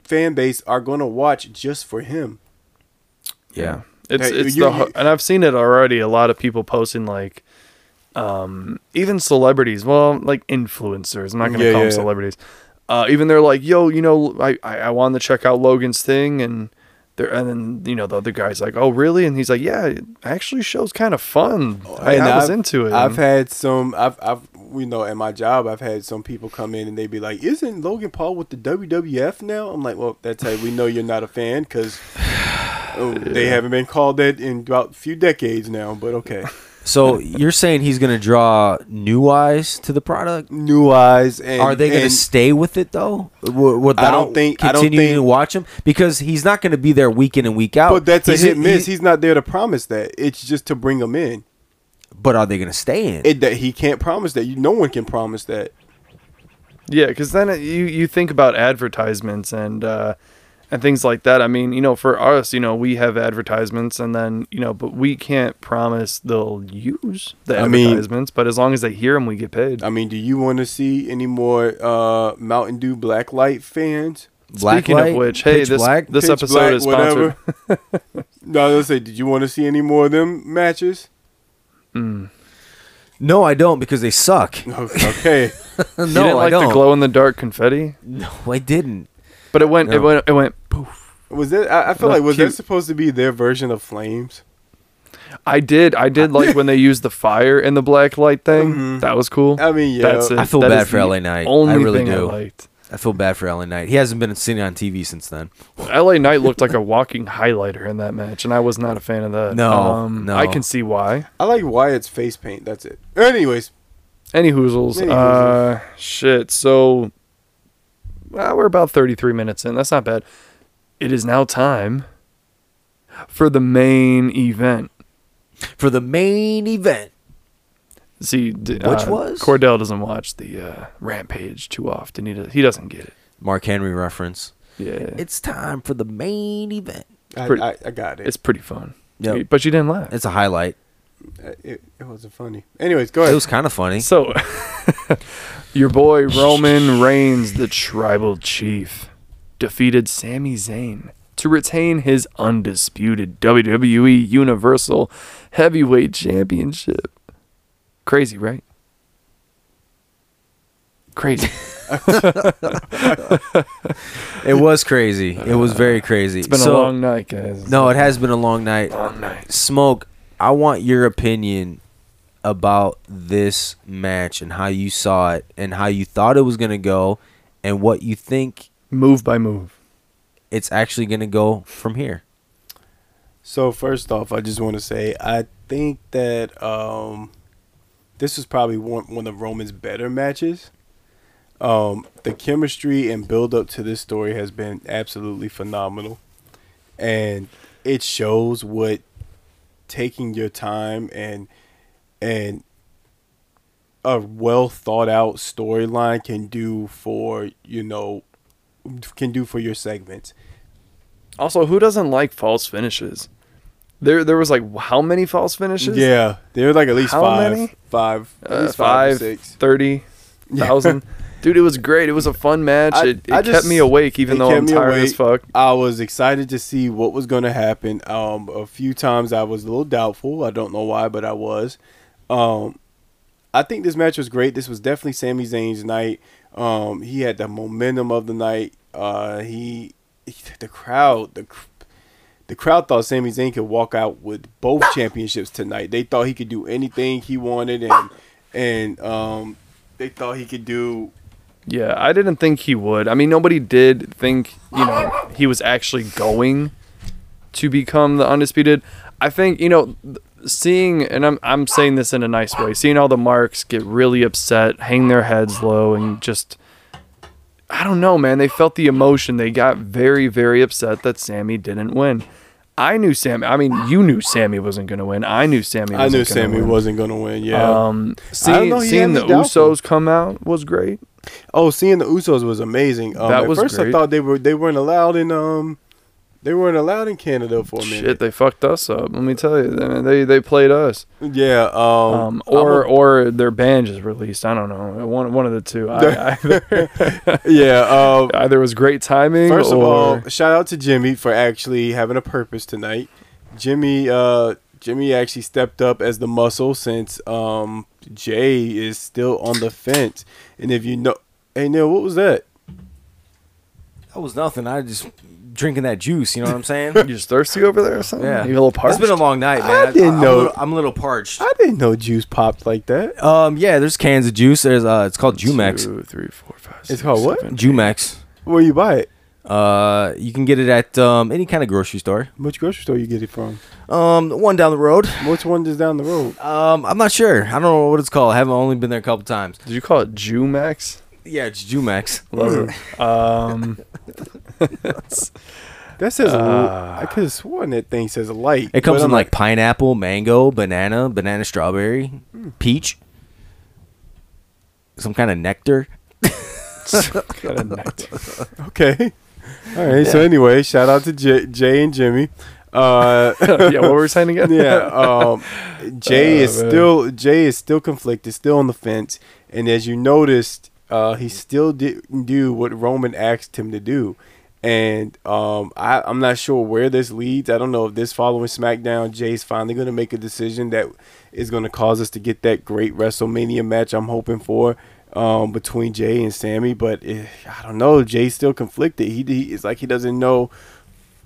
S2: fan base are gonna watch just for him.
S3: Yeah,
S1: It's
S2: Hey,
S1: it's
S2: you-
S1: the
S2: you-
S1: and I've seen it already. A lot of people posting like, um, even celebrities. Well, like influencers. I'm not gonna
S2: Yeah,
S1: call
S2: yeah.
S1: them celebrities. Uh, even they're like, yo, you know, I I, I wanted to check out Logan's thing, and they and then you know the other guy's like, oh really? And he's like, yeah, it actually show's kind of fun. I,
S2: Oh, And
S1: I was
S2: I've-
S1: into it.
S2: I've
S1: I've
S2: had some. I've, I've, you know, at my job, I've had some people come in and they be like, "Isn't Logan Paul with the WWF now?" I'm like, "Well, that's how we know you're not a fan because they haven't been called that in about a few decades now." But okay,
S3: So you're saying he's gonna draw new eyes to the product?
S2: new eyes. And,
S3: Are they going to
S2: and-
S3: stay with it though? W- Without
S2: think- I don't
S3: continuing to
S2: think-
S3: watch him because he's not going to be there week in and week out.
S2: But that's a
S3: He's-
S2: hit miss.
S3: he-
S2: He's not there to promise that. It's just to bring him in.
S3: but are they going to stay in?
S2: It that he can't promise that. You, no one can promise that.
S1: yeah, because then it, you you think about advertisements and. uh and things like that. I mean, you know, for us, you know, we have advertisements and then, you know, but we can't promise they'll use the
S2: I mean- Uh,
S1: advertisements, but as long as they hear them, we get paid.
S2: I mean, do you want to see any more uh, Mountain Dew Blacklight fans?
S1: Speaking of
S3: Blacklight?
S1: which, hey,
S3: Pitch
S1: this
S3: black?
S1: this
S2: Pitch
S1: episode
S2: black,
S1: is sponsored.
S2: whatever. no, I was gonna say, did you want to see any more of them matches?
S3: no, I don't because they suck.
S2: Okay.
S3: no,
S1: you didn't
S3: I
S1: like
S3: don't.
S1: the glow in the dark confetti,
S3: no, I didn't.
S1: but it went it
S3: No.
S1: went it went poof.
S2: was that? I, I feel
S1: Look
S2: like was
S1: cute.
S2: that supposed to be their version of Flames?
S1: I did I did like when they used the fire and the black light thing.
S2: Mhm.
S1: That was cool.
S2: I mean, yeah.
S1: That's it.
S3: I feel
S1: That
S3: bad
S1: is
S3: for
S1: the
S3: LA Knight. I
S1: Only
S3: really
S1: thing
S3: do.
S1: I liked.
S3: I feel bad for LA Knight. He hasn't been seen on TV since then.
S1: LA Knight looked like a walking highlighter in that match, and I was not a fan of that.
S3: No,
S1: um,
S3: no.
S1: I can see why.
S2: I like Wyatt's face paint. That's it. Anyways,
S1: Any hoozles.
S2: Any
S1: Uh, shit. So well, we're about 33 minutes in. That's not bad. It is now time for the main event.
S3: For the main event,
S1: See, d-
S3: Which
S1: uh,
S3: was?
S1: Cordell doesn't watch the uh, Rampage too often. He does, he doesn't get it.
S3: Mark Henry reference.
S1: Yeah, it's,
S3: It's time for the main event.
S2: I,
S1: Pretty-
S2: I, I got it.
S1: pretty fun.
S3: Yep.
S1: Yeah, but you didn't laugh.
S3: It's a highlight.
S2: I- it. It wasn't funny. Anyways, go
S3: It
S2: ahead.
S3: was kind of funny.
S1: so, your boy Roman Reigns, the Tribal Chief, defeated Sami Zayn to retain his undisputed WWE Universal Heavyweight Championship. Crazy, right? Crazy.
S3: It was crazy. It was very crazy.
S1: It's been a long night, guys.
S3: No, it has been a long night.
S1: long night.
S3: Smoke, I want your opinion about this match and how you saw it and how you thought it was going to go and what you think
S1: Move by move.
S3: it's actually going to go from here.
S2: So first off, I just want to say I think that um, this was probably one one of Roman's better matches. Um, the chemistry and build up to this story has been absolutely phenomenal, and it shows what taking your time and and a well thought out storyline can do for you know can do for your segments.
S1: Also, who doesn't like false finishes? There, there was like how many false finishes?
S2: Yeah, there were like at least
S1: How
S2: five,
S1: many?
S2: five, at
S1: uh,
S2: least five, or
S1: five,
S2: six.
S1: thirty thousand. Dude, it was great. It was a fun match.
S2: I-
S1: it it
S2: I
S1: kept
S2: just-
S1: me awake, even
S2: it
S1: though
S2: kept
S1: I'm
S2: me
S1: tired as
S2: awake.
S1: fuck.
S2: I was excited to see what was going to happen. Um, a few times I was a little doubtful. I don't know why, but I was. Um, I think this match was great. This was definitely Sami Zayn's night. Um, he had the momentum of the night. Uh, he, he the crowd, the cr- the crowd thought Sami Zayn could walk out with both championships tonight. They thought he could do anything he wanted, and and um, they thought he could do
S1: Yeah, I didn't think he would. I mean, nobody did think, you know, he was actually going to become the undisputed. I think, you know, th- seeing and I'm I'm saying this in a nice way, seeing all the marks get really upset, hang their heads low and just I don't know, man. They felt the emotion. They got very, very upset that Sammy didn't win. I knew Sammy. I mean, you knew Sammy wasn't going to win. I knew Sammy.
S2: I
S1: Wasn't
S2: knew
S1: gonna
S2: Sammy
S1: win.
S2: wasn't gonna win. Yeah.
S1: Um,
S2: I don't
S1: seeing,
S2: know, he
S1: seeing the
S2: had me doubtful.
S1: Usos come out was great.
S2: oh, seeing the Usos was amazing. Um,
S1: That
S2: at
S1: was
S2: first I
S1: great.
S2: thought they were they weren't allowed in um they weren't allowed in Canada for a
S1: Shit,
S2: minute.
S1: they fucked us up. Let me tell you, they they, they played us.
S2: Yeah. Um,
S1: Um, or
S2: I'm
S1: or their band just released. I don't know. One one of the two. I, either,
S2: a- yeah. Um,
S1: either was great timing.
S2: first of
S1: or-
S2: all, shout out to Jimmy for actually having a purpose tonight. Jimmy uh Jimmy actually stepped up as the muscle since um Jay is still on the fence. And if you know, hey Neil, what was that?
S3: That was nothing. I just drinking that juice, you know what I'm saying?
S1: you just thirsty over there or something?
S3: yeah.
S1: you a little parched.
S3: It's been a long night,
S2: I
S3: man.
S2: didn't
S3: I'm
S2: know-
S3: A little, I'm a little parched.
S2: I didn't know juice popped like that.
S3: Um yeah, there's cans of juice. There's uh it's called Jumex.
S1: Two, three, four, five.
S2: It's called what?
S3: Jumex.
S2: Where you buy it?
S3: Uh you can get it at um any kind of grocery store.
S2: Which grocery store you get it from?
S3: Um the one down the road.
S2: Which one is down the road?
S3: Um, I'm not sure. I don't know what it's called. I haven't only been there a couple times.
S1: Did you call it Jumex?
S3: Yeah, it's Jumex.
S1: Love it. Um,
S2: That says a
S1: Uh,
S2: l- I could have sworn that thing says light.
S3: Ah. It comes
S2: but
S3: in
S2: I'm
S3: like pineapple, mango, banana, banana, strawberry, peach, some kind of nectar.
S1: got a night.
S2: okay. All right. So anyway, shout out to J- Jay and Jimmy. Uh,
S1: yeah, what were we saying again?
S2: yeah. Um, Jay
S1: Oh,
S2: is
S1: man.
S2: still Jay is still conflicted, still on the fence, and as you noticed, uh, he still didn't do what Roman asked him to do. And um, I, I'm not sure where this leads. I don't know if this following SmackDown, Jay's finally going to make a decision that is going to cause us to get that great WrestleMania match I'm hoping for um, between Jay and Sammy. But eh, I don't know. Jay's still conflicted. He, he it's like he doesn't know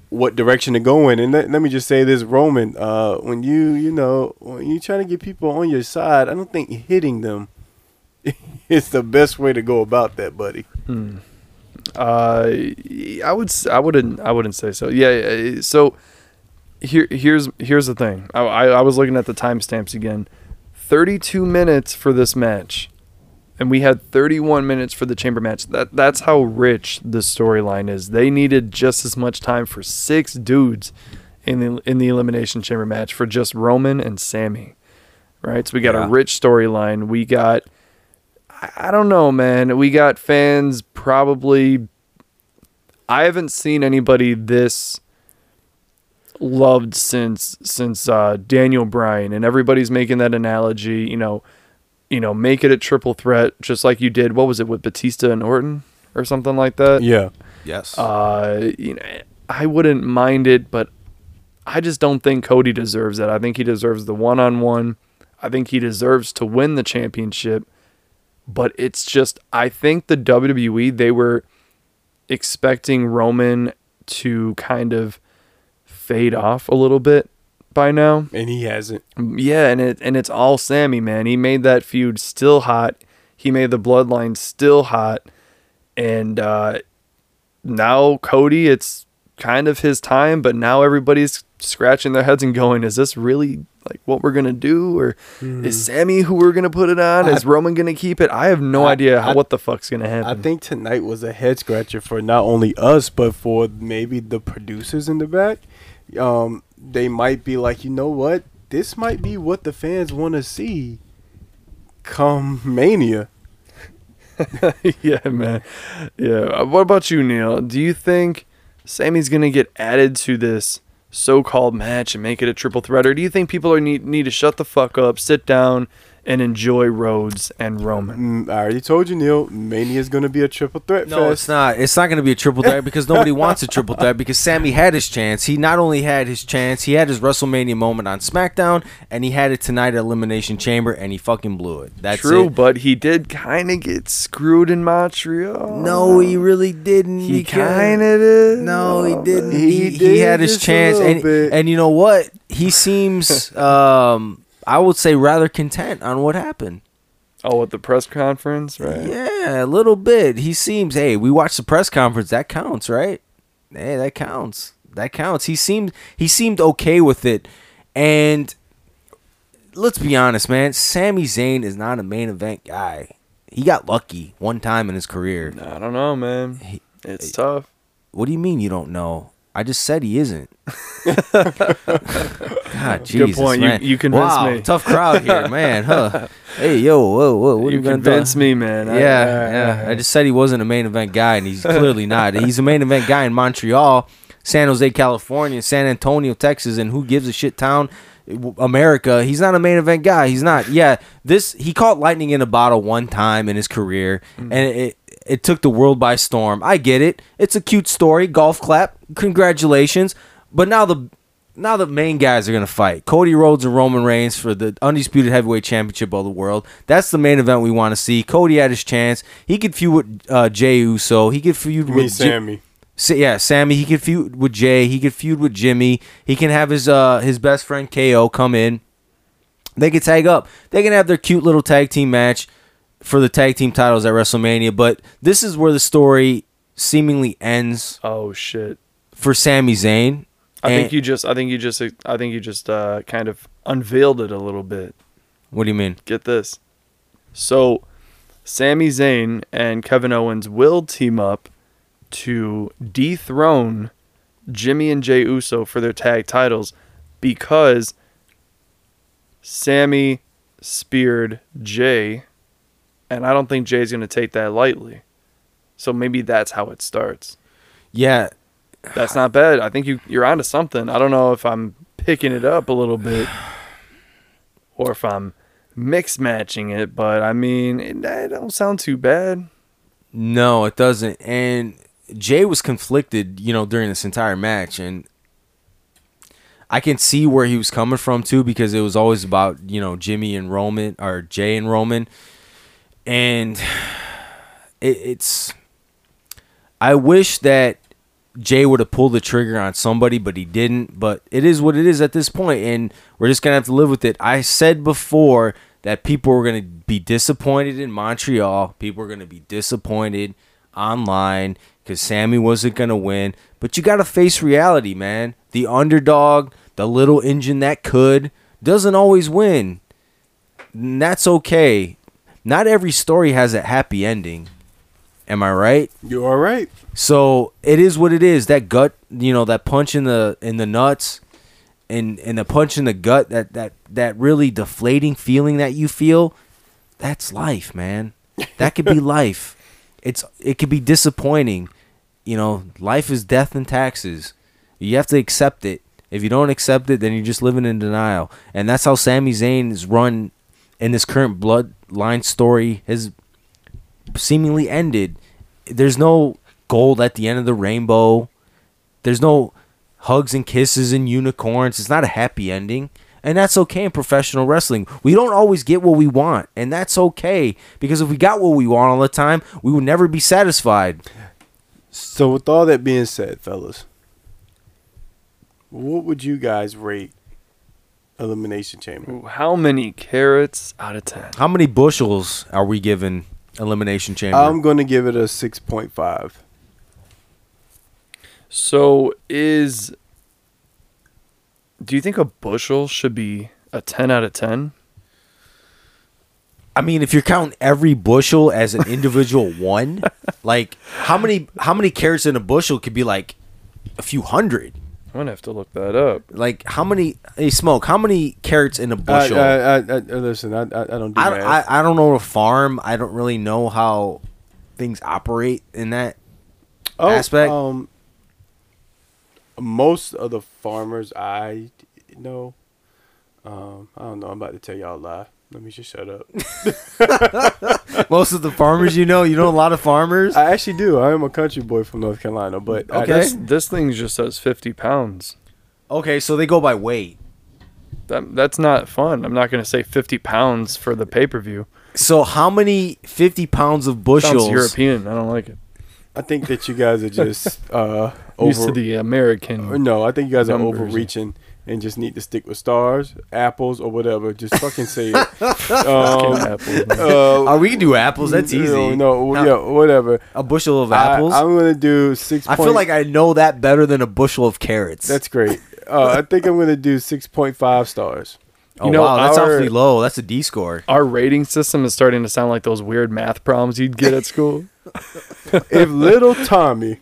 S2: what direction to go in. And let, let me just say this, Roman, uh, when you you know when you're trying to get people on your side, I don't think hitting them is the best way to go about that, buddy.
S1: Uh, I would s- I wouldn't I wouldn't say so. Yeah. yeah, So here here's here's the thing. I I, I was looking at the timestamps again. Thirty two minutes for this match, and we had thirty one minutes for the chamber match. That that's how rich the storyline is. They needed just as much time for six dudes in the in the elimination chamber match for just Roman and Sammy. Right. So we got
S3: Yeah.
S1: a rich storyline. We got. I- I don't know, man. We got fans probably I haven't seen anybody this loved since since uh, Daniel Bryan, and everybody's making that analogy. You know, you know, make it a triple threat, just like you did. What was it with Batista and Orton or something like that?
S2: Yeah.
S3: Yes.
S1: Uh, you know, I wouldn't mind it, but I just don't think Cody deserves that. I think he deserves the one on one. I think he deserves to win the championship. but it's just I think the WWE they were expecting Roman to kind of fade off a little bit by now.
S2: and he hasn't.
S1: Yeah, and it and it's all Sammy, man. He made that feud still hot. He made the bloodline still hot. And uh now Cody, it's kind of his time, but now everybody's scratching their heads and going, is this really like what we're gonna do? Or
S2: Hmm.
S1: is Sammy who we're gonna put it on? is Roman gonna keep it? I have no
S2: I-
S1: idea how,
S2: I-
S1: what the fuck's gonna happen.
S2: I think tonight was a head scratcher for not only us, but for maybe the producers in the back. Um, they might be like, you know what? This might be what the fans want to see come Mania.
S1: yeah, man. Yeah. Uh, What about you, Neil? Do you think Sammy's gonna get added to this so-called match and make it a triple threat, or do you think people are need need to shut the fuck up, sit down, and enjoy Rhodes and Roman?
S2: Mm, I already told you, Neil. Mania is going to be a triple threat
S3: No,
S2: fest.
S3: it's not. It's not going to be a triple threat because nobody wants a triple threat because Sammy had his chance. He not only had his chance, he had his WrestleMania moment on SmackDown, and he had it tonight at Elimination Chamber, and he fucking blew it. That's
S1: True,
S3: it.
S1: but he did kind of get screwed in Montreal.
S3: Oh, No, he really didn't.
S1: he
S3: because-
S1: kind of did.
S3: No, he didn't.
S2: He
S3: He, he,
S2: did
S3: had his
S2: just a
S3: chance,
S2: little
S3: and
S2: bit.
S3: and you know what? He seems, um, I would say, rather content on what happened.
S1: Oh, at the press conference, right?
S3: Yeah, a little bit. He seems. Hey, we watched the press conference. That counts, right? Hey, that counts. That counts. He seemed. He seemed okay with it, and let's be honest, man. Sami Zayn is not a main event guy. He got lucky one time in his career.
S1: I don't know, man. It's tough.
S3: What do you mean you don't know? I just said he isn't. God, Jesus,
S1: point. You-
S3: man.
S1: you convinced
S3: wow,
S1: me.
S3: Tough crowd here, man. Huh? Hey, yo, whoa, whoa. What
S1: you
S3: are you gonna
S1: convinced
S3: do?
S1: me, man. I-
S3: yeah, yeah. I just said he wasn't a main event guy, and he's clearly not. He's a main event guy in Montreal, San Jose, California, San Antonio, Texas, and who gives a shit town, w- America. He's not a main event guy. He's not. Yeah, this he caught lightning in a bottle one time in his career,
S1: Mm.
S3: and it it took the world by storm. I get it. It's a cute story. Golf clap. Congratulations. But now the now the main guys are gonna fight Cody Rhodes and Roman Reigns for the undisputed heavyweight championship of the world. That's the main event we want to see. Cody had his chance. He could feud with uh, Jey Uso. He could feud
S2: Me,
S3: with Ji-
S2: Sammy.
S3: Sa- yeah, Sammy. He could feud with Jay. He could feud with Jimmy. He can have his uh his best friend KO come in. They could tag up. They can have their cute little tag team match for the tag team titles at WrestleMania. But this is where the story seemingly ends
S1: Oh shit.
S3: for Sami Zayn.
S1: I
S3: And-
S1: think you just I think you just I think you just uh, kind of unveiled it a little bit.
S3: What do you mean?
S1: Get this. So Sami Zayn and Kevin Owens will team up to dethrone Jimmy and Jay Uso for their tag titles because Sammy speared Jay and I don't think Jay's going to take that lightly. So maybe that's how it starts.
S3: Yeah,
S1: That's not bad. I think you you're onto something. I don't know if I'm picking it up a little bit or if I'm mix matching it, but I mean, it, that don't sound too bad.
S3: No, it doesn't. And Jay was conflicted, you know, during this entire match, and I can see where he was coming from too, because it was always about you know Jimmy and Roman or Jay and Roman, and it, it's. I wish that Jay would have pulled the trigger on somebody, but he didn't. But it is what it is at this point, and we're just gonna have to live with it. I said before that people were gonna be disappointed in Montreal. People were gonna be disappointed online because Sammy wasn't gonna win. But you gotta face reality, man. The underdog, the little engine that could, doesn't always win. And that's okay. Not every story has a happy ending. Am I right?
S2: You all right?
S3: So it is what it is. That gut, you know, that punch in the in the nuts, and and the punch in the gut. That that that really deflating feeling that you feel. That's life, man. That could be life. It's it could be disappointing. You know, life is death and taxes. You have to accept it. If you don't accept it, then you're just living in denial. And that's how Sami Zayn is run in this current bloodline story. His seemingly ended. There's no gold at the end of the rainbow. There's no hugs and kisses and unicorns. It's not a happy ending. And that's okay in professional wrestling. We don't always get what we want, and that's okay because if we got what we want all the time, we would never be satisfied.
S2: So, with all that being said, fellas, what would you guys rate Elimination Chamber?
S1: Ooh, How many carrots out of ten?
S3: How many bushels are we given elimination chamber?
S2: I'm going to give it a 6.5.
S1: So is do you think a bushel should be a ten out of ten?
S3: I mean, if you're counting every bushel as an individual one, like how many how many carrots in a bushel could be like a few hundred?
S1: I'm gonna have to look that up.
S3: Like how many? Hey, smoke. How many carrots in a
S2: I,
S3: bushel?
S2: I, I, I, I- listen, I, I, I don't do
S3: I,
S2: math.
S3: don't- I I don't know a farm. I don't really know how things operate in that.
S2: oh,
S3: aspect?
S2: Um, most of the farmers I d- know, um, I don't know. I'm about to tell y'all a lie. Let me just shut up.
S3: Most of the farmers you know, you know a lot of farmers.
S2: I actually do. I am a country boy from North Carolina, but I-
S3: Okay.
S1: This this thing just says fifty pounds.
S3: Okay, so they go by weight.
S1: That that's not fun. I'm not gonna say fifty pounds for the pay per view.
S3: So how many fifty pounds of
S1: Sounds
S3: bushels?
S1: European. I don't like it.
S2: I think that you guys are just uh,
S1: Used to
S2: over. Uh,
S1: the American.
S2: or no, I think you guys are
S1: Numbers.
S2: overreaching and just need to stick with stars, apples, or whatever. Just fucking say it. um,
S1: apples, man.
S2: uh,
S3: Oh, we can do apples. That's
S2: you
S3: easy.
S2: know, No, yeah, whatever.
S3: A bushel of
S2: I,
S3: apples.
S2: I'm gonna do six.
S3: I feel
S2: point-
S3: like I know that better than a bushel of carrots.
S2: That's great. Uh, I think I'm gonna do six point five stars.
S3: oh
S1: you know,
S3: wow, that's
S1: our-
S3: awfully low. That's a D score.
S1: Our rating system is starting to sound like those weird math problems you'd get at school.
S2: If little Tommy,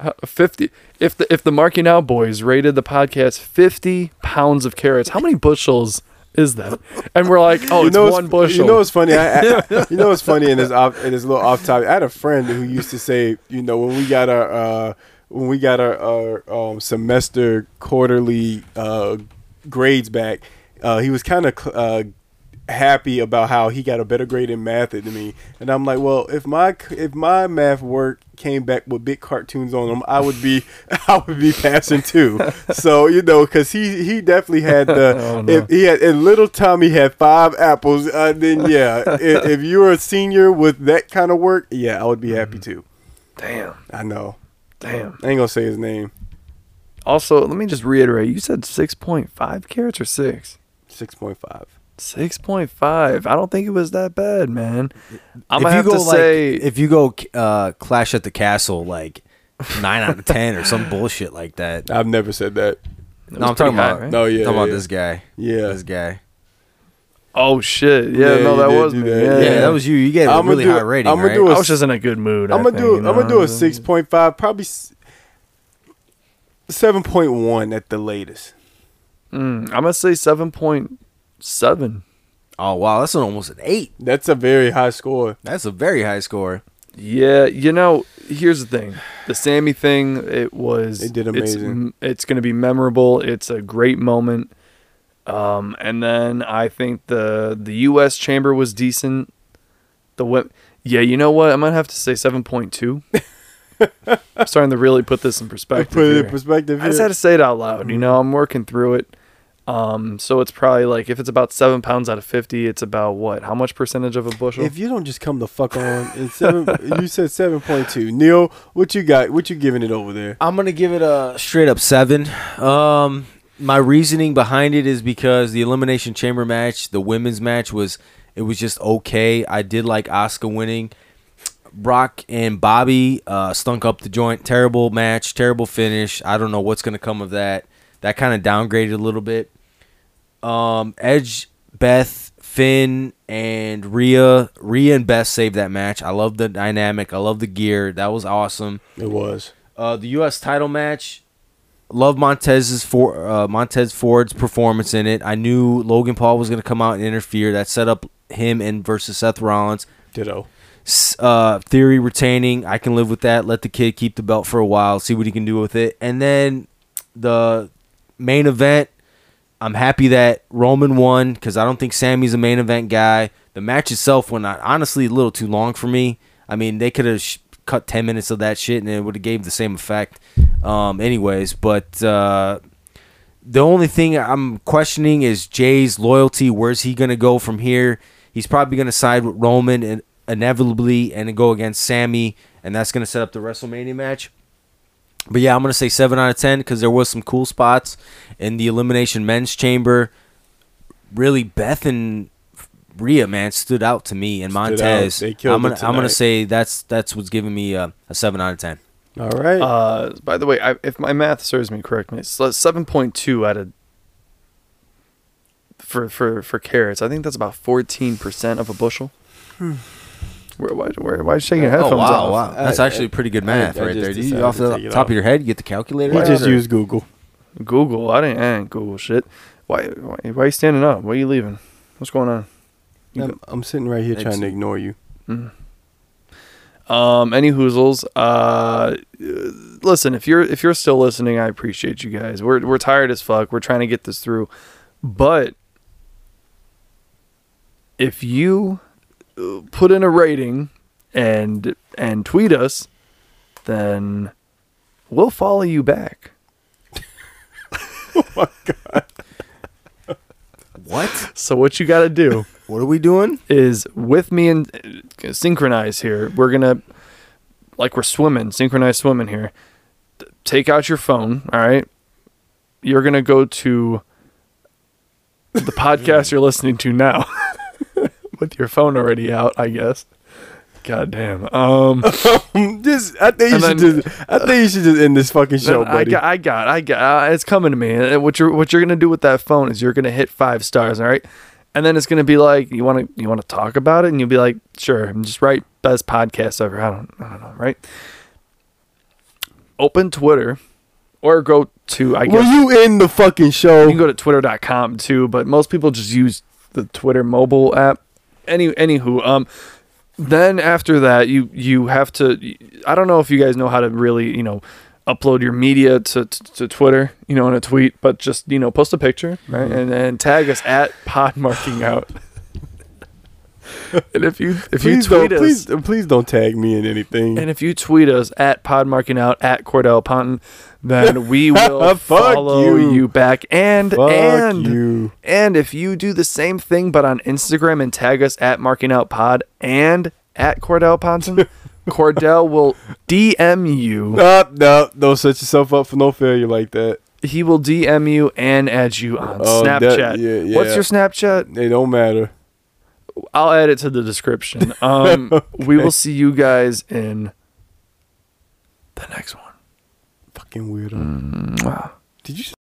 S1: Uh, fifty. If the if the Marky Now boys rated the podcast fifty pounds of carrots, how many bushels is that? And we're like, oh,
S2: you
S1: it's
S2: know,
S1: one
S2: it's,
S1: bushel.
S2: you know what's funny? I, I, you know what's funny in this off, in this little off topic. I had a friend who used to say, you know, when we got our uh, when we got our, our um, semester quarterly uh, grades back, uh, he was kind of cl- uh, happy about how he got a better grade in math than me, and I'm like, well, if my c- if my math work came back with big cartoons on them, I would be I would be passing too. so you know, because he he definitely had the
S1: Oh, no.
S2: if he had and little Tommy had five apples. Uh, then yeah, i- if, if you were a senior with that kind of work, yeah, I would be happy
S1: Mm-hmm.
S2: too.
S1: damn,
S2: I know.
S1: damn.
S2: I ain't gonna say his name.
S1: Also, let me just reiterate. You said six point five carrots or six.
S2: Six point five.
S1: Six point five. I don't think it was that bad, man. I'm
S3: if
S1: gonna
S3: you
S1: have
S3: go
S1: to
S3: like,
S1: say
S3: if you go uh, Clash at the Castle, like nine out of ten or some bullshit like that.
S2: I've never said that.
S1: That
S3: No,
S1: was
S3: I'm talking
S1: pretty high,
S3: about
S1: right?
S2: No, yeah,
S3: talking about
S2: yeah.
S3: this guy.
S2: Yeah.
S3: this guy.
S1: Oh shit! Yeah,
S2: Yeah,
S1: no,
S2: you
S1: that
S2: did
S1: was
S2: do
S1: me.
S2: that.
S1: Yeah,
S3: Yeah,
S1: yeah,
S3: that was you. You get a
S2: I'ma
S3: really
S2: do-
S3: high rating,
S2: I'ma
S3: right?
S2: do
S1: I
S2: a-
S1: was just in a good mood.
S2: I'm
S1: I
S2: gonna
S1: think,
S2: do.
S1: you know?
S2: I'm gonna do a six point five, probably seven point one at the latest.
S1: Mm, I'm gonna say seven point seven.
S3: oh wow, that's an, almost an eight.
S2: That's a very high score.
S3: That's a very high score.
S1: Yeah, you know, here's the thing. The Sammy thing, it was
S2: It did
S1: it's-
S2: amazing.
S1: It's, going to be memorable. It's a great moment. Um and then I think the the US chamber was decent. The wim- Yeah, you know what? I'm going to have to say 7.2. I'm starting to really put this in
S2: Put
S1: perspective.
S2: it in
S1: here.
S2: perspective.
S1: I just
S2: here.
S1: had to say it out loud. You know, I'm working through it. Um, so it's probably like if it's about seven pounds out of fifty, it's about what? How much percentage of a bushel?
S2: If you don't just come the fuck on, it's seven, you said seven point two. Neil, what you got? What you giving it over there?
S3: I'm gonna give it a straight up seven. Um, my reasoning behind it is because the elimination chamber match, the women's match was, it was just okay. I did like Oscar winning. Brock and Bobby uh, stunk up the joint. Terrible match, terrible finish. I don't know what's gonna come of that. That kind of downgraded a little bit. Um, Edge, Beth, Finn, and Rhea. Rhea and Beth saved that match. I love the dynamic. I love the gear. That was awesome.
S2: It was.
S3: Uh, the U.S. title match. Love Montez's for uh, Montez Ford's performance in it. I knew Logan Paul was going to come out and interfere. That set up him and versus Seth Rollins.
S2: Ditto.
S3: S- Uh, theory retaining. I can live with that. Let the kid keep the belt for a while. See what he can do with it. And then the main event. I'm happy that Roman won because I don't think Sammy's a main event guy. The match itself went on honestly a little too long for me. I mean, they could have sh- cut 10 minutes of that shit and it would have gave the same effect. Um, anyways, but uh, the only thing I'm questioning is Jay's loyalty. Where's he gonna go from here? He's probably gonna side with Roman and inevitably and go against Sammy, and that's gonna set up the WrestleMania match. But yeah, I'm gonna say seven out of ten because there was some cool spots in the elimination men's chamber. Really, Beth and Rhea, man, stood out to me and
S2: Stood out.
S3: Montez.
S2: They killed
S3: I'm gonna
S2: it
S3: I'm gonna
S2: tonight.
S3: say that's that's what's giving me uh, a seven out of ten.
S2: All right.
S1: Uh, by the way, I, if my math serves me correctly, it's seven point two out of for for for carrots. I think that's about fourteen percent of a bushel. Where, why, where, why are you shaking your
S3: Oh,
S1: headphones off?
S3: That's
S2: I-
S3: actually pretty good
S2: I-
S3: math
S2: I
S3: right
S2: just
S3: there. Do you,
S2: decided
S3: off
S2: to
S3: the
S2: take it
S3: top
S2: off.
S3: of your head, you get the calculator.
S2: he
S3: out?
S2: just
S1: Whatever.
S2: used Google.
S1: Google. I didn't, I didn't Google shit. Why, why why you standing up? Why are you leaving? What's going on? You
S2: I'm, I'm sitting right here trying to
S3: Excellent.
S2: ignore you.
S1: Um, any hoozles? Uh, listen, if you're if you're still listening, I appreciate you guys. We're we're tired as fuck. We're trying to get this through, but if you uh, put in a rating and and tweet us, then we'll follow you back.
S3: What?
S1: So what you got to do?
S3: What are we doing?
S1: is with me and uh, synchronize here. We're gonna like we're swimming, synchronized swimming here. T- Take out your phone, all right? You're gonna go to the podcast you're listening to now with your phone already out, I guess. God damn. Um,
S2: just, I think you
S1: And
S2: should
S1: then-
S2: just, I think you should just end this fucking show,
S1: I
S2: buddy.
S1: got, I got, I got. Uh, it's coming to me. And what you're, what you're gonna do with that phone is you're gonna hit five stars, all right? And then it's gonna be like, you want to, you want to talk about it, and you'll be like, sure, and just write best podcast ever. I don't, I don't know, right? Open Twitter, or go to, I guess
S2: Will you end the fucking show?
S1: you can go to twitter.com too, but most people just use the Twitter mobile app. Any anywho, um then after that you you have to I don't know if you guys know how to really, you know, upload your media to to, to Twitter, you know, in a tweet, but just, you know, post a picture, right? And and tag us at pod marking out. and if you if
S2: please
S1: you tweet
S2: don't,
S1: us
S2: please, please don't tag me in anything.
S1: and if you tweet us at podmarkingout at Cordell Ponton, then we will
S2: Fuck
S1: follow
S2: you.
S1: you. back. And
S2: Fuck
S1: and
S2: you.
S1: and if you do the same thing but on Instagram and tag us at markingoutpod and at Cordell Ponton, Cordell will DM you.
S2: No, no, don't set yourself up for no failure like that.
S1: He will DM you and add you on
S2: Oh, that-
S1: Snapchat.
S2: yeah,
S1: What's
S2: yeah.
S1: your Snapchat?
S2: It don't matter.
S1: I'll add it to the description. Um, We will see you guys in the next one.
S2: Fucking weirdo. Mm,
S1: Wow.
S2: Did you